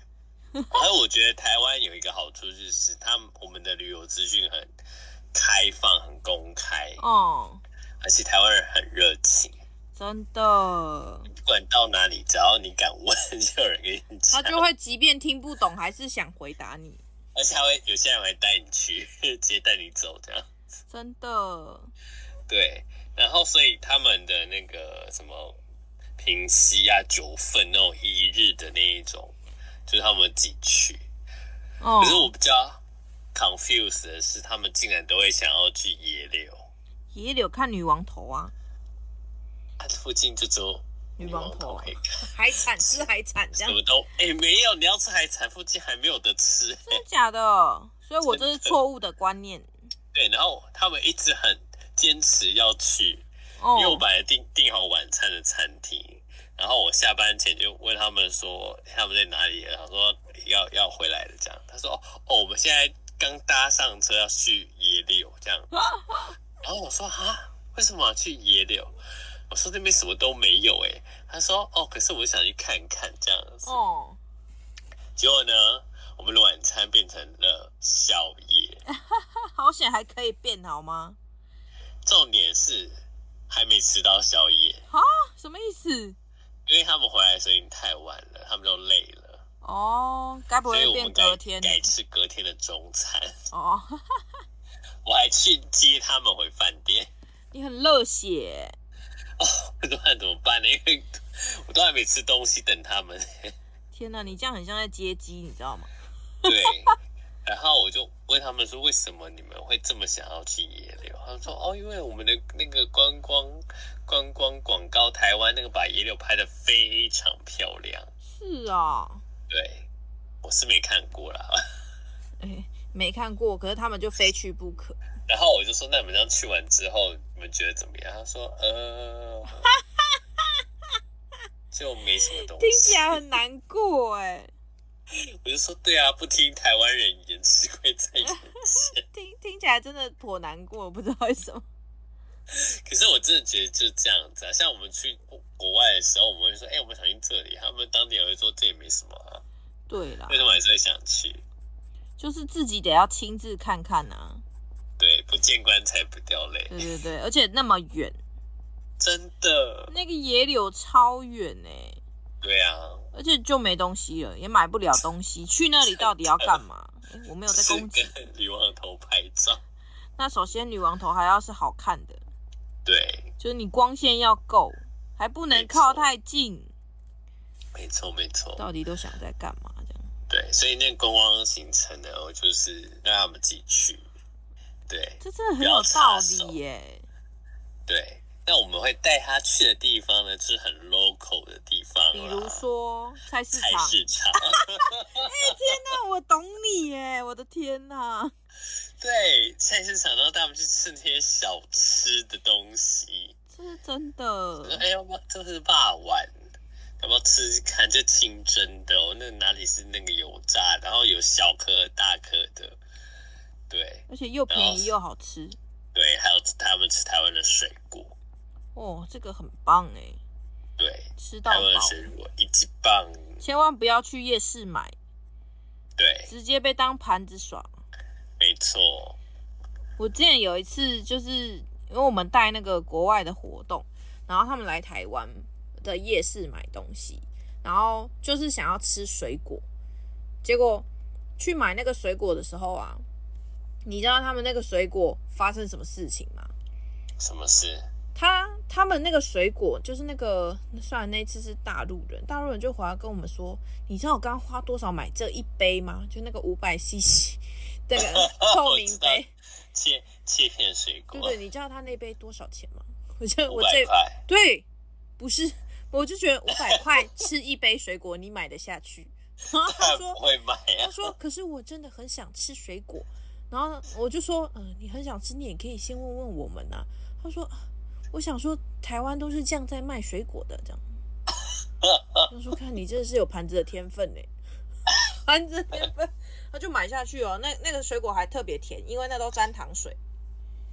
[SPEAKER 2] 而我觉得台湾有一个好处就是，他们我们的旅游资讯很开放、很公开，
[SPEAKER 1] 嗯，
[SPEAKER 2] 而且台湾人很热情。
[SPEAKER 1] 真的，
[SPEAKER 2] 不管到哪里，只要你敢问，就有人给你
[SPEAKER 1] 他
[SPEAKER 2] 讲。
[SPEAKER 1] 就会即便听不懂，还是想回答你。
[SPEAKER 2] 而且还会有些人会带你去， 直接带你走这样。
[SPEAKER 1] 真的，
[SPEAKER 2] 对，然后所以他们的那个什么。平西啊、九份那种一日的那一种，就是他们自己去。
[SPEAKER 1] 哦
[SPEAKER 2] 可，是我比较 confused 的是，他们竟然都会想要去野柳，
[SPEAKER 1] 野柳看女王头啊，
[SPEAKER 2] 它、附近就只有
[SPEAKER 1] 女
[SPEAKER 2] 王
[SPEAKER 1] 王头啊
[SPEAKER 2] 可以看，
[SPEAKER 1] 海产吃海产这
[SPEAKER 2] 什
[SPEAKER 1] 样，
[SPEAKER 2] 么都哎、没有，你要吃海产，附近还没有得吃、
[SPEAKER 1] 真的假的？所以我这是错误的观念。
[SPEAKER 2] 对，然后他们一直很坚持要去，
[SPEAKER 1] 哦
[SPEAKER 2] 因为我本来订订好晚餐的餐厅，然后我下班前就问他们说他们在哪里，然后说要要回来的这样。他说哦哦，我们现在刚搭上车要去野柳 这样。然后我说啊，为什么要去野柳？我说那边什么都没有诶、他说哦，可是我想去看看这样子。
[SPEAKER 1] 哦，
[SPEAKER 2] 结果呢，我们的晚餐变成了宵夜，
[SPEAKER 1] 好险还可以变好吗？
[SPEAKER 2] 重点是还没吃到宵夜。
[SPEAKER 1] 什么意思？
[SPEAKER 2] 因为他们回来的时候已经太晚了，他们都累了，
[SPEAKER 1] 哦，该不
[SPEAKER 2] 所以
[SPEAKER 1] 会
[SPEAKER 2] 我
[SPEAKER 1] 变
[SPEAKER 2] 们
[SPEAKER 1] 隔
[SPEAKER 2] 改
[SPEAKER 1] 天
[SPEAKER 2] 改吃隔天的中餐。
[SPEAKER 1] 哦？
[SPEAKER 2] 我还去接他们回饭店，
[SPEAKER 1] 你很热血，
[SPEAKER 2] 我都不然怎么办呢？因为我 都还没吃东西等他们。
[SPEAKER 1] 天哪，你这样很像在接机，你知道吗？
[SPEAKER 2] 对， 然后我就问他们说，为什么你们会这么想要去野柳？他们说，哦，因为我们的那个观光观光广告，台湾那个把野柳拍的非常漂亮。
[SPEAKER 1] 是啊，
[SPEAKER 2] 对，我是没看过啦。
[SPEAKER 1] 哎，没看过，可是他们就非去不可。
[SPEAKER 2] 然后我就说，那你们这样去完之后，你们觉得怎么样？他说，呃，就没什么东西。
[SPEAKER 1] 听起来很难过哎，
[SPEAKER 2] 我就说，对啊，不听台湾人言，吃亏在眼前。
[SPEAKER 1] 听听起来真的颇难过，不知道为什么。
[SPEAKER 2] 可是我真的觉得就这样子啊，像我们去国外的时候，我们会说，哎、我们想去这里，他们当地人会说这也没什么啊，
[SPEAKER 1] 对啦
[SPEAKER 2] 为，什么还是会想去？
[SPEAKER 1] 就是自己得要亲自看看啊。
[SPEAKER 2] 对，不见棺材不掉泪，
[SPEAKER 1] 对对对，而且那么远，
[SPEAKER 2] 真的。
[SPEAKER 1] 那个野柳超远哎、
[SPEAKER 2] 对啊，
[SPEAKER 1] 而且就没东西了，也买不了东西。去那里到底要干嘛？诶我没有在
[SPEAKER 2] 是
[SPEAKER 1] 攻击。
[SPEAKER 2] 跟女王头拍照。
[SPEAKER 1] 那首先女王头还要是好看的，
[SPEAKER 2] 对，
[SPEAKER 1] 就是你光线要够，还不能
[SPEAKER 2] 没错
[SPEAKER 1] 靠太近。
[SPEAKER 2] 没错没错。
[SPEAKER 1] 到底都想在干嘛？这样
[SPEAKER 2] 对，所以那个观光行程呢，我就是让他们自己去。对
[SPEAKER 1] 这真的很有道理耶、
[SPEAKER 2] 对，那我们会带他去的地方呢，就是很 local 的地方啦，
[SPEAKER 1] 比如说菜市
[SPEAKER 2] 啊菜
[SPEAKER 1] 场，
[SPEAKER 2] 市场。
[SPEAKER 1] 那我懂你耶、我的天哪、
[SPEAKER 2] 对，菜市场，然后带他们去吃那些小吃的东西。
[SPEAKER 1] 这是真
[SPEAKER 2] 我说
[SPEAKER 1] 的。
[SPEAKER 2] 哎，要不要这是霸碗？要不要吃吃看？这清蒸的哦，那哪里是那个油炸，然后有小颗大颗的，对
[SPEAKER 1] 而且又便宜又好吃
[SPEAKER 2] 对，还有他们吃台湾的水果，
[SPEAKER 1] 哦，这个很棒哎、
[SPEAKER 2] 对，
[SPEAKER 1] 吃到
[SPEAKER 2] 台湾的
[SPEAKER 1] 饱。
[SPEAKER 2] 水果一级棒，
[SPEAKER 1] 千万不要去夜市买，
[SPEAKER 2] 对，
[SPEAKER 1] 直接被当盘子耍。
[SPEAKER 2] 没错，
[SPEAKER 1] 我之前有一次，就是因为我们带那个国外的活动，然后他们来台湾的夜市买东西，然后就是想要吃水果，结果去买那个水果的时候啊，你知道他们那个水果发生什么事情吗？
[SPEAKER 2] 什么事？
[SPEAKER 1] 他他们那个水果就是那个，虽然那一次是大陆人，大陆人就回来跟我们说，你知道我刚刚花多少买这一杯吗？就那个五百 CC 那个透明杯，
[SPEAKER 2] 切切片水
[SPEAKER 1] 对
[SPEAKER 2] 果，
[SPEAKER 1] 对，你知道他那杯多少钱吗？我就
[SPEAKER 2] 五
[SPEAKER 1] 我
[SPEAKER 2] 百
[SPEAKER 1] 这
[SPEAKER 2] 块，
[SPEAKER 1] 对，不是，我就觉得五百块吃一杯水果，你买得下去？ 然后他
[SPEAKER 2] 他不
[SPEAKER 1] 说，
[SPEAKER 2] 会买
[SPEAKER 1] 他
[SPEAKER 2] 啊。
[SPEAKER 1] 说，可是我真的很想吃水果。然后我就说，嗯、你很想吃，你也可以先问问我们呐、他说，啊我想说台湾都是这样在卖水果的，这样。他说，看你真的是有盘子的天分呢、 盘子的天分，他就买下去哦。那那个水果还特别甜，因为那都沾糖水。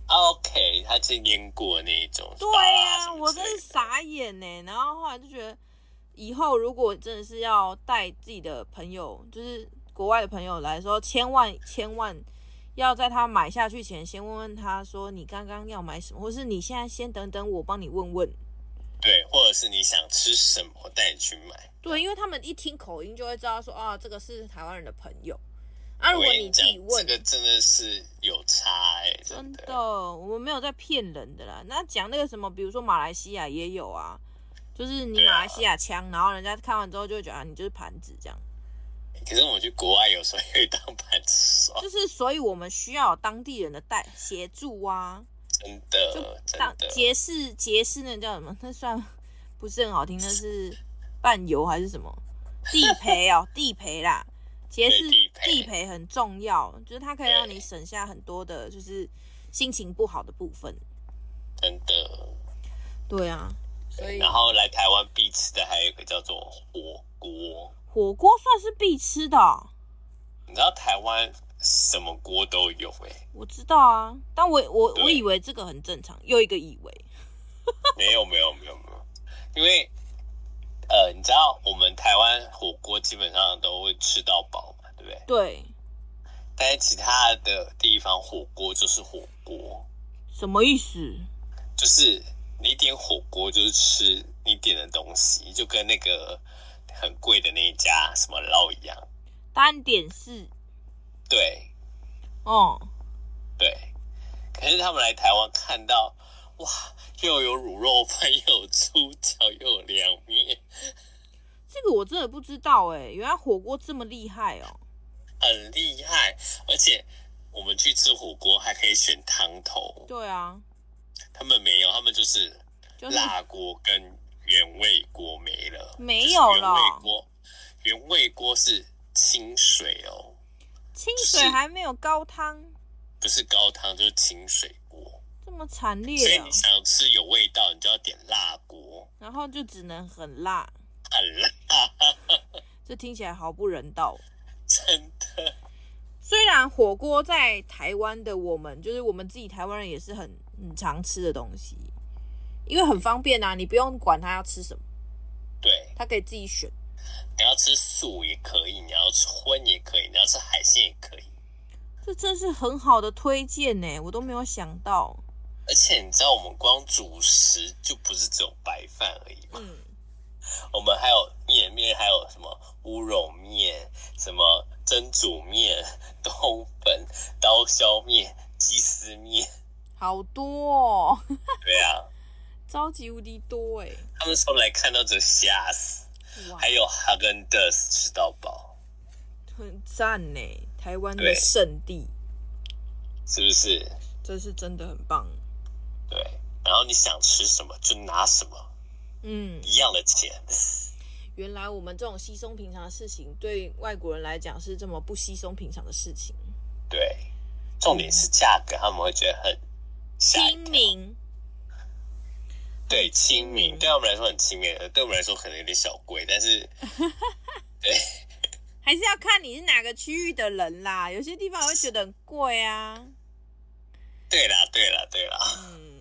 [SPEAKER 2] 啊 OK，他是腌过的那一种。
[SPEAKER 1] 对呀、我真是傻眼呢。然后后来就觉得，以后如果真的是要带自己的朋友，就是国外的朋友来的时候，千万千万要在他买下去前，先问问他说你刚刚要买什么，或是你现在先等等我帮你问问。
[SPEAKER 2] 对，或者是你想吃什么，我带你去买。
[SPEAKER 1] 对，因为他们一听口音就会知道说，啊，这个是台湾人的朋友。啊，如
[SPEAKER 2] 我
[SPEAKER 1] 果
[SPEAKER 2] 跟
[SPEAKER 1] 你
[SPEAKER 2] 你
[SPEAKER 1] 自
[SPEAKER 2] 讲
[SPEAKER 1] 己，问，
[SPEAKER 2] 这个真的是有差哎、真
[SPEAKER 1] 真
[SPEAKER 2] 的。
[SPEAKER 1] 的，我们没有在骗人的啦。那讲那个什么，比如说马来西亚也有啊，就是你
[SPEAKER 2] 对啊
[SPEAKER 1] 马来西亚腔，然后人家看完之后就会觉得、啊、你就是盘子这样。
[SPEAKER 2] 可是我们去国外有时候也会当伴手，
[SPEAKER 1] 就是所以我们需要有当地人的带协助啊，
[SPEAKER 2] 真
[SPEAKER 1] 就
[SPEAKER 2] 的呃真
[SPEAKER 1] 当
[SPEAKER 2] 的。
[SPEAKER 1] 结识结识那叫什么？ 那算不是很好听，那是伴游还是什么？地陪 哦，地陪啦，结识
[SPEAKER 2] 对地陪
[SPEAKER 1] 地陪很重要，就是它可以让
[SPEAKER 2] 对
[SPEAKER 1] 你省下很多的，就是心情不好的部分。
[SPEAKER 2] 真的。
[SPEAKER 1] 对啊，所以
[SPEAKER 2] 然后来台湾必吃的还有一个叫做火锅，
[SPEAKER 1] 火锅算是必吃的哦、
[SPEAKER 2] 你知道台湾什么锅都有哎、
[SPEAKER 1] 我知道啊，但我我
[SPEAKER 2] 对
[SPEAKER 1] 我以为这个很正常，又一个以为，
[SPEAKER 2] 没有没有没有没有，因为呃，你知道我们台湾火锅基本上都会吃到饱嘛，对不对？
[SPEAKER 1] 对，
[SPEAKER 2] 但是其他的地方火锅就是火锅，
[SPEAKER 1] 什么意思？
[SPEAKER 2] 就是你点火锅就是吃你点的东西，就跟那个很贵的那一家什么捞一样。
[SPEAKER 1] 单点是，
[SPEAKER 2] 对
[SPEAKER 1] 哦、
[SPEAKER 2] 对，可是他们来台湾看到。哇，又有卤肉饭， 又有猪脚，又有凉面，
[SPEAKER 1] 这个我真的不知道哎、原来火锅这么厉害哦、
[SPEAKER 2] 很厉害，而且我们去吃火锅还可以选汤头，
[SPEAKER 1] 对啊，
[SPEAKER 2] 他们没有，他们就是
[SPEAKER 1] 就是
[SPEAKER 2] 辣锅跟原味锅没了，
[SPEAKER 1] 没有了
[SPEAKER 2] 就是原味锅，原味锅是清水哦，
[SPEAKER 1] 清水还没有高汤
[SPEAKER 2] 不是高汤就是清水锅，
[SPEAKER 1] 这么惨
[SPEAKER 2] 所以
[SPEAKER 1] 烈、啊
[SPEAKER 2] 你，想吃有味道，你就要点辣锅，
[SPEAKER 1] 然后就只能很辣，
[SPEAKER 2] 很辣，
[SPEAKER 1] 这听起来好不人道。
[SPEAKER 2] 真的，
[SPEAKER 1] 虽然火锅在台湾的我们，就是我们自己台湾人也是很很常吃的东西，因为很方便啊，你不用管他要吃什么，
[SPEAKER 2] 对。
[SPEAKER 1] 他可以自己选。
[SPEAKER 2] 你要吃素也可以，你要吃荤也可以，你要吃海鲜也可以。
[SPEAKER 1] 这真是很好的推荐呢、我都没有想到。
[SPEAKER 2] 而且你知道，我们光主食就不是只有白饭而已嘛，
[SPEAKER 1] 嗯，
[SPEAKER 2] 我们还有面面，还有什么乌龙面、什么蒸煮面、 冬粉、刀削面、鸡丝面，
[SPEAKER 1] 好多哦，
[SPEAKER 2] 对啊，
[SPEAKER 1] 超级无敌多哎、
[SPEAKER 2] 他们从来看到这吓死。
[SPEAKER 1] 哇，
[SPEAKER 2] 还有哈根达斯吃到饱，
[SPEAKER 1] 很赞呢，台湾的
[SPEAKER 2] 对
[SPEAKER 1] 圣地，
[SPEAKER 2] 是不是？
[SPEAKER 1] 这是真的很棒。
[SPEAKER 2] 对，然后你想吃什么就拿什么，
[SPEAKER 1] 嗯，
[SPEAKER 2] 一样的钱。
[SPEAKER 1] 原来我们这种稀松平常的事情，对外国人来讲是这么不稀松平常的事情。
[SPEAKER 2] 对，重点是价格，他们会觉得很吓一
[SPEAKER 1] 亲
[SPEAKER 2] 跳。
[SPEAKER 1] 民，
[SPEAKER 2] 对，亲民，对他们来说很亲民，呃对我们来说可能有点小贵，但是对
[SPEAKER 1] 还是要看你是哪个区域的人啦。有些地方会觉得很贵啊，
[SPEAKER 2] 对啦，对啦，对啦，
[SPEAKER 1] 嗯。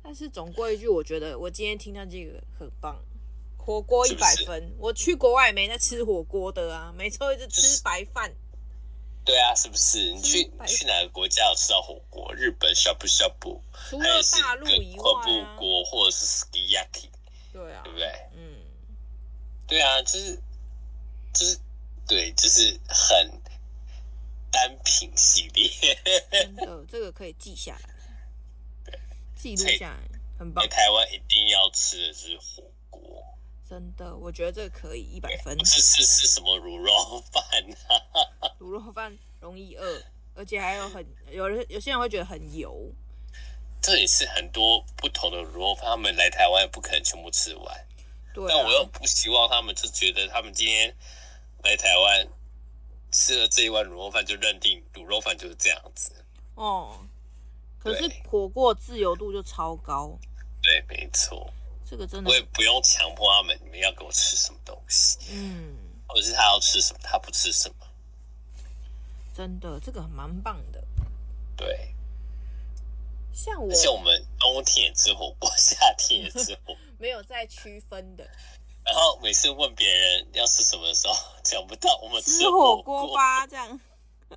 [SPEAKER 1] 但是总归一句，我觉得我今天听到这个很棒，火锅一
[SPEAKER 2] 是不
[SPEAKER 1] 百
[SPEAKER 2] 是
[SPEAKER 1] 分。我去国外也没在吃火锅的啊，每次都一直吃白饭。
[SPEAKER 2] 对啊，是不是？你去
[SPEAKER 1] 真白
[SPEAKER 2] 你去哪个国家有吃到火锅？日本 shabu shabu，
[SPEAKER 1] 除
[SPEAKER 2] 还
[SPEAKER 1] 了
[SPEAKER 2] 有是
[SPEAKER 1] 大陆
[SPEAKER 2] 跟
[SPEAKER 1] 以外
[SPEAKER 2] 昆布
[SPEAKER 1] 啊，
[SPEAKER 2] 锅或者是 skiyaki，
[SPEAKER 1] 对啊
[SPEAKER 2] 对，不对？
[SPEAKER 1] 嗯，
[SPEAKER 2] 对啊，就是就是对，就是很单品系列。
[SPEAKER 1] 真的，这个可以记下来，记录下来，很棒
[SPEAKER 2] 在，台湾一定要吃的就是火锅。
[SPEAKER 1] 真的，我觉得这个可以一百分
[SPEAKER 2] 不。是吃吃什么卤肉饭啊？
[SPEAKER 1] 卤肉饭容易饿，而且还有很有人有些人会觉得很油，
[SPEAKER 2] 这也是很多不同的卤肉饭，他们来台湾也不可能全部吃完。
[SPEAKER 1] 对、
[SPEAKER 2] 但我又
[SPEAKER 1] 啊，
[SPEAKER 2] 不希望他们就觉得他们今天来台湾吃了这一碗卤肉饭，就认定卤肉饭就是这样子。
[SPEAKER 1] 哦，可是
[SPEAKER 2] 对
[SPEAKER 1] 火锅自由度就超高，
[SPEAKER 2] 对，没错，
[SPEAKER 1] 这个真的
[SPEAKER 2] 我，也不用强迫他们，你们要给我吃什么东西，
[SPEAKER 1] 嗯，
[SPEAKER 2] 或者是他要吃什么，他不吃什么。
[SPEAKER 1] 真的这个蛮棒的。
[SPEAKER 2] 对，
[SPEAKER 1] 像我
[SPEAKER 2] 而且我们冬天也吃火锅，夏天也吃 火锅。
[SPEAKER 1] 没有在区分的，
[SPEAKER 2] 然后每次问别人要吃什么的时候，讲不到我们
[SPEAKER 1] 吃
[SPEAKER 2] 火
[SPEAKER 1] 火锅吧，这样，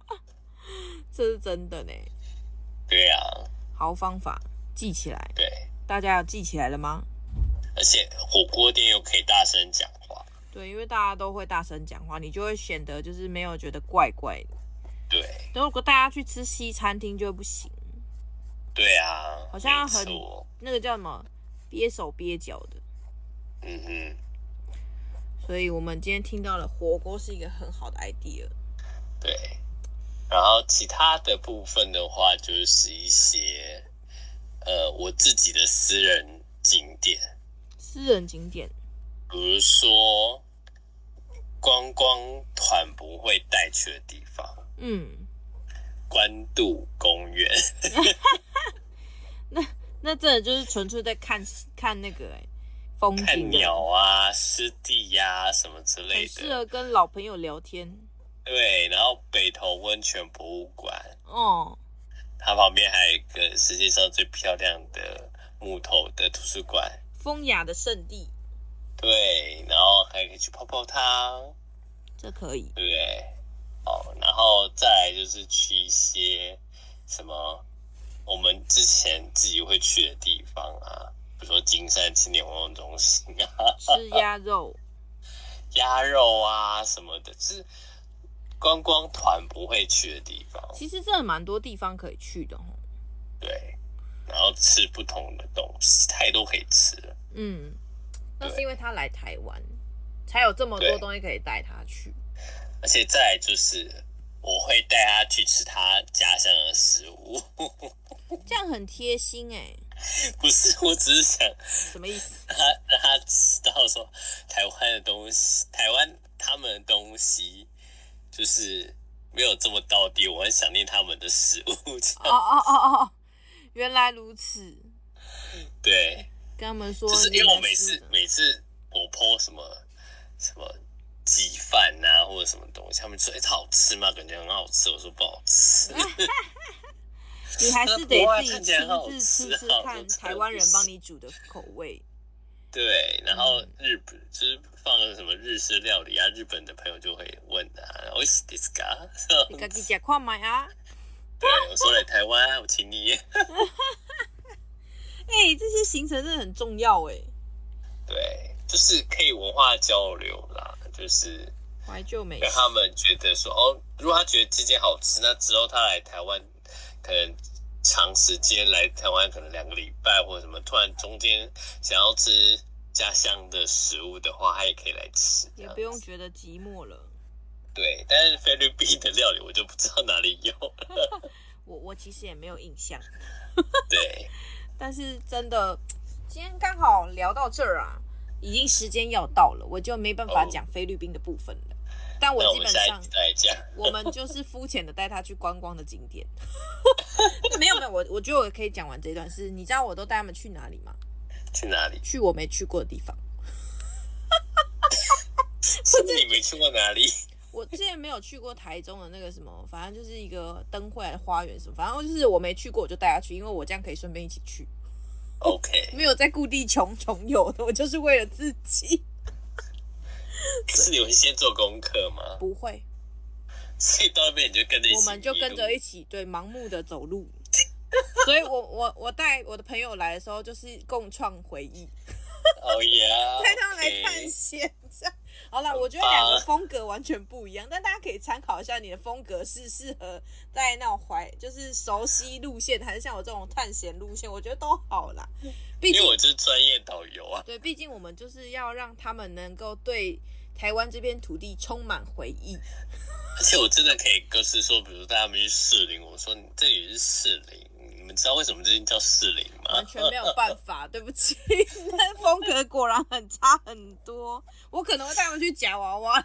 [SPEAKER 1] 这是真的呢，
[SPEAKER 2] 对啊，
[SPEAKER 1] 好方法，记起来，
[SPEAKER 2] 对，
[SPEAKER 1] 大家有记起来了吗？
[SPEAKER 2] 而且火锅店又可以大声讲话，
[SPEAKER 1] 对，因为大家都会大声讲话，你就会显得就是没有觉得怪怪的。
[SPEAKER 2] 对，
[SPEAKER 1] 如果大家去吃西餐厅就不行，
[SPEAKER 2] 对啊，
[SPEAKER 1] 好像
[SPEAKER 2] 没
[SPEAKER 1] 很
[SPEAKER 2] 错
[SPEAKER 1] 那个叫什么憋手憋脚的，
[SPEAKER 2] 嗯哼，
[SPEAKER 1] 所以我们今天听到了火锅是一个很好的 idea。
[SPEAKER 2] 对。然后其他的部分的话，就是一些呃我自己的私人景点，
[SPEAKER 1] 私人景点，
[SPEAKER 2] 比如说观光团不会带去的地方，
[SPEAKER 1] 嗯，
[SPEAKER 2] 关渡公园。
[SPEAKER 1] 那真的就是纯粹在看看那个、欸、风景的，
[SPEAKER 2] 看鸟啊、湿地呀、什么之类
[SPEAKER 1] 很适合
[SPEAKER 2] 的。
[SPEAKER 1] 跟老朋友聊天
[SPEAKER 2] 对，然后北投温泉博物馆，
[SPEAKER 1] 哦。
[SPEAKER 2] 它旁边还有一个世界上最漂亮的木头的图书馆。
[SPEAKER 1] 风雅的圣地，
[SPEAKER 2] 对，然后还可以去泡泡汤，
[SPEAKER 1] 这可以。
[SPEAKER 2] 对不对？哦，然后再来就是去一些什么我们之前自己会去的地方啊，比如说金山青年活动中心啊。
[SPEAKER 1] 吃鸭肉，
[SPEAKER 2] 鸭肉啊什么的，是观光团不会去的地方。
[SPEAKER 1] 其实真的蛮多地方可以去的哦。
[SPEAKER 2] 对，然后吃不同的东西，太多可以吃了。
[SPEAKER 1] 嗯，那是
[SPEAKER 2] 对
[SPEAKER 1] 因为他来台湾，才有这么多
[SPEAKER 2] 对
[SPEAKER 1] 东西可以带他去。
[SPEAKER 2] 而且再来就是，我会带他去吃他家乡的食物。
[SPEAKER 1] 这样很贴心哎、
[SPEAKER 2] 不是，我只是想
[SPEAKER 1] 什么意 思？
[SPEAKER 2] 让他让他知道说，台湾的东西，台湾他们的东西，就是没有这么到地。我很想念他们的食物。
[SPEAKER 1] 哦哦哦哦，原来如此。
[SPEAKER 2] 对。
[SPEAKER 1] 跟他们说，
[SPEAKER 2] 就是因为我每次每次我剖什么什么鸡饭啊，或者什么东西，他们说：“哎、它好吃吗？感觉很好吃。”我说：“不好吃。
[SPEAKER 1] 你还 是 得自己
[SPEAKER 2] 看起来很好
[SPEAKER 1] 亲自
[SPEAKER 2] 吃
[SPEAKER 1] 吃吃
[SPEAKER 2] 好
[SPEAKER 1] 看
[SPEAKER 2] 我才
[SPEAKER 1] 台湾
[SPEAKER 2] 不
[SPEAKER 1] 人帮
[SPEAKER 2] 吃
[SPEAKER 1] 你煮的口味。”
[SPEAKER 2] 对，然后
[SPEAKER 1] 嗯
[SPEAKER 2] 日本、就是放了什么日式料理啊，日本的朋友就会问啊，我是 d i s c a
[SPEAKER 1] 你自己吃看买啊！
[SPEAKER 2] 对，我说来台湾，我请你。
[SPEAKER 1] 哎、这些行程真的很重要哎、
[SPEAKER 2] 对，就是可以文化交流啦，就是
[SPEAKER 1] 怀旧美食
[SPEAKER 2] 让。他们觉得说，哦，如果他觉得这间好吃，那之后他来台湾，可能长时间来台湾，可能两个礼拜或者什么，突然中间想要吃家乡的食物的话，他也可以来吃。这
[SPEAKER 1] 也
[SPEAKER 2] 样
[SPEAKER 1] 不用觉得寂寞了。
[SPEAKER 2] 对，但是菲律宾的料理我就不知道哪里有。
[SPEAKER 1] 我我其实也没有印象，
[SPEAKER 2] 对，
[SPEAKER 1] 但是真的，今天刚好聊到这儿啊，已经时间要到了，我就没办法
[SPEAKER 2] 哦
[SPEAKER 1] 讲菲律宾的部分了。但 我
[SPEAKER 2] 那我
[SPEAKER 1] 基
[SPEAKER 2] 们
[SPEAKER 1] 本
[SPEAKER 2] 下一
[SPEAKER 1] 上
[SPEAKER 2] 集再讲。
[SPEAKER 1] 我们就是肤浅的带他去观光的景点。 没有没有，我我觉得我可以讲完这一段是，你知道我都带他们去哪里吗？
[SPEAKER 2] 去 哪里？
[SPEAKER 1] 去我没去过的地方。
[SPEAKER 2] 是 你没去过哪里？
[SPEAKER 1] 我之前没有去过台中的那个什么，反正就是一个灯会还是花园什么，反正就是我没去过，我就带他去，因为我这样可以顺便一起去。
[SPEAKER 2] OK，
[SPEAKER 1] 没有在故地穷穷游的，我就是为了自己。
[SPEAKER 2] 是你们先做功课吗？
[SPEAKER 1] 不会，
[SPEAKER 2] 所以到那边你就跟着一起，
[SPEAKER 1] 我们就跟着一
[SPEAKER 2] 起。
[SPEAKER 1] 起对盲目的走路。 所以我我我带我的朋友来的时候，就是共创回忆，
[SPEAKER 2] 哦呀，
[SPEAKER 1] 带他们来
[SPEAKER 2] OK
[SPEAKER 1] 探险。这样好了，我觉得
[SPEAKER 2] 棒
[SPEAKER 1] 两个风格完全不一样，但大家可以参考一下，你的风格是适合在那种怀，就是熟悉路线，还是像我这种探险路线，我觉得都好啦。毕
[SPEAKER 2] 嗯因
[SPEAKER 1] 竟
[SPEAKER 2] 为我就是专业导游啊。
[SPEAKER 1] 对，毕竟我们就是要让他们能够对台湾这片土地充满回忆。
[SPEAKER 2] 而且我真的可以，就是说，比如带他们去士林，我说你这里是士林，你们知道为什么这里叫士林吗
[SPEAKER 1] 完？全没有办法，对不起， 那风格果然很差很多。我可能会带他们去夹娃娃，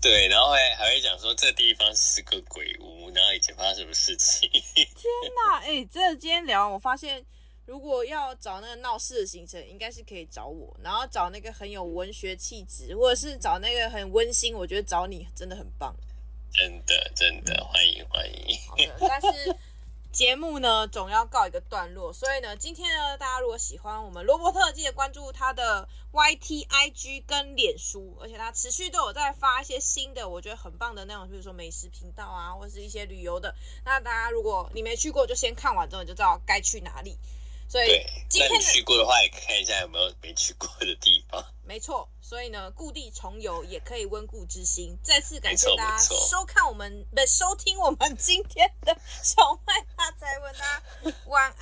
[SPEAKER 2] 对，然后还还会讲说这个地方是个鬼屋，然后以前发生什么事情。
[SPEAKER 1] 天哪！哎、真的，今天聊完，我发现如果要找那个闹事的行程，应该是可以找我，然后找那个很有文学气质，或者是找那个很温馨，我觉得找你真的很棒。
[SPEAKER 2] 真的，真的，欢迎欢迎。
[SPEAKER 1] 好的，但是节目呢总要告一个段落，所以呢，今天呢，大家如果喜欢我们罗伯特，记得关注他的 YT、IG 跟脸书，而且他持续都有在发一些新的，我觉得很棒的那种，比如说美食频道啊，或是一些旅游的。那大家如果你没去过，就先看完之后你就知道该去哪里。所以
[SPEAKER 2] 对，
[SPEAKER 1] 今
[SPEAKER 2] 那
[SPEAKER 1] 天
[SPEAKER 2] 你
[SPEAKER 1] 的
[SPEAKER 2] 去过的话，也看一下有没有没去过的地方。
[SPEAKER 1] 没错，所以呢，故地重游也可以温故知新。再次感谢
[SPEAKER 2] 没错
[SPEAKER 1] 大家
[SPEAKER 2] 没错
[SPEAKER 1] 收 看我们，不收听我们今天的啊小麦大宅问大家晚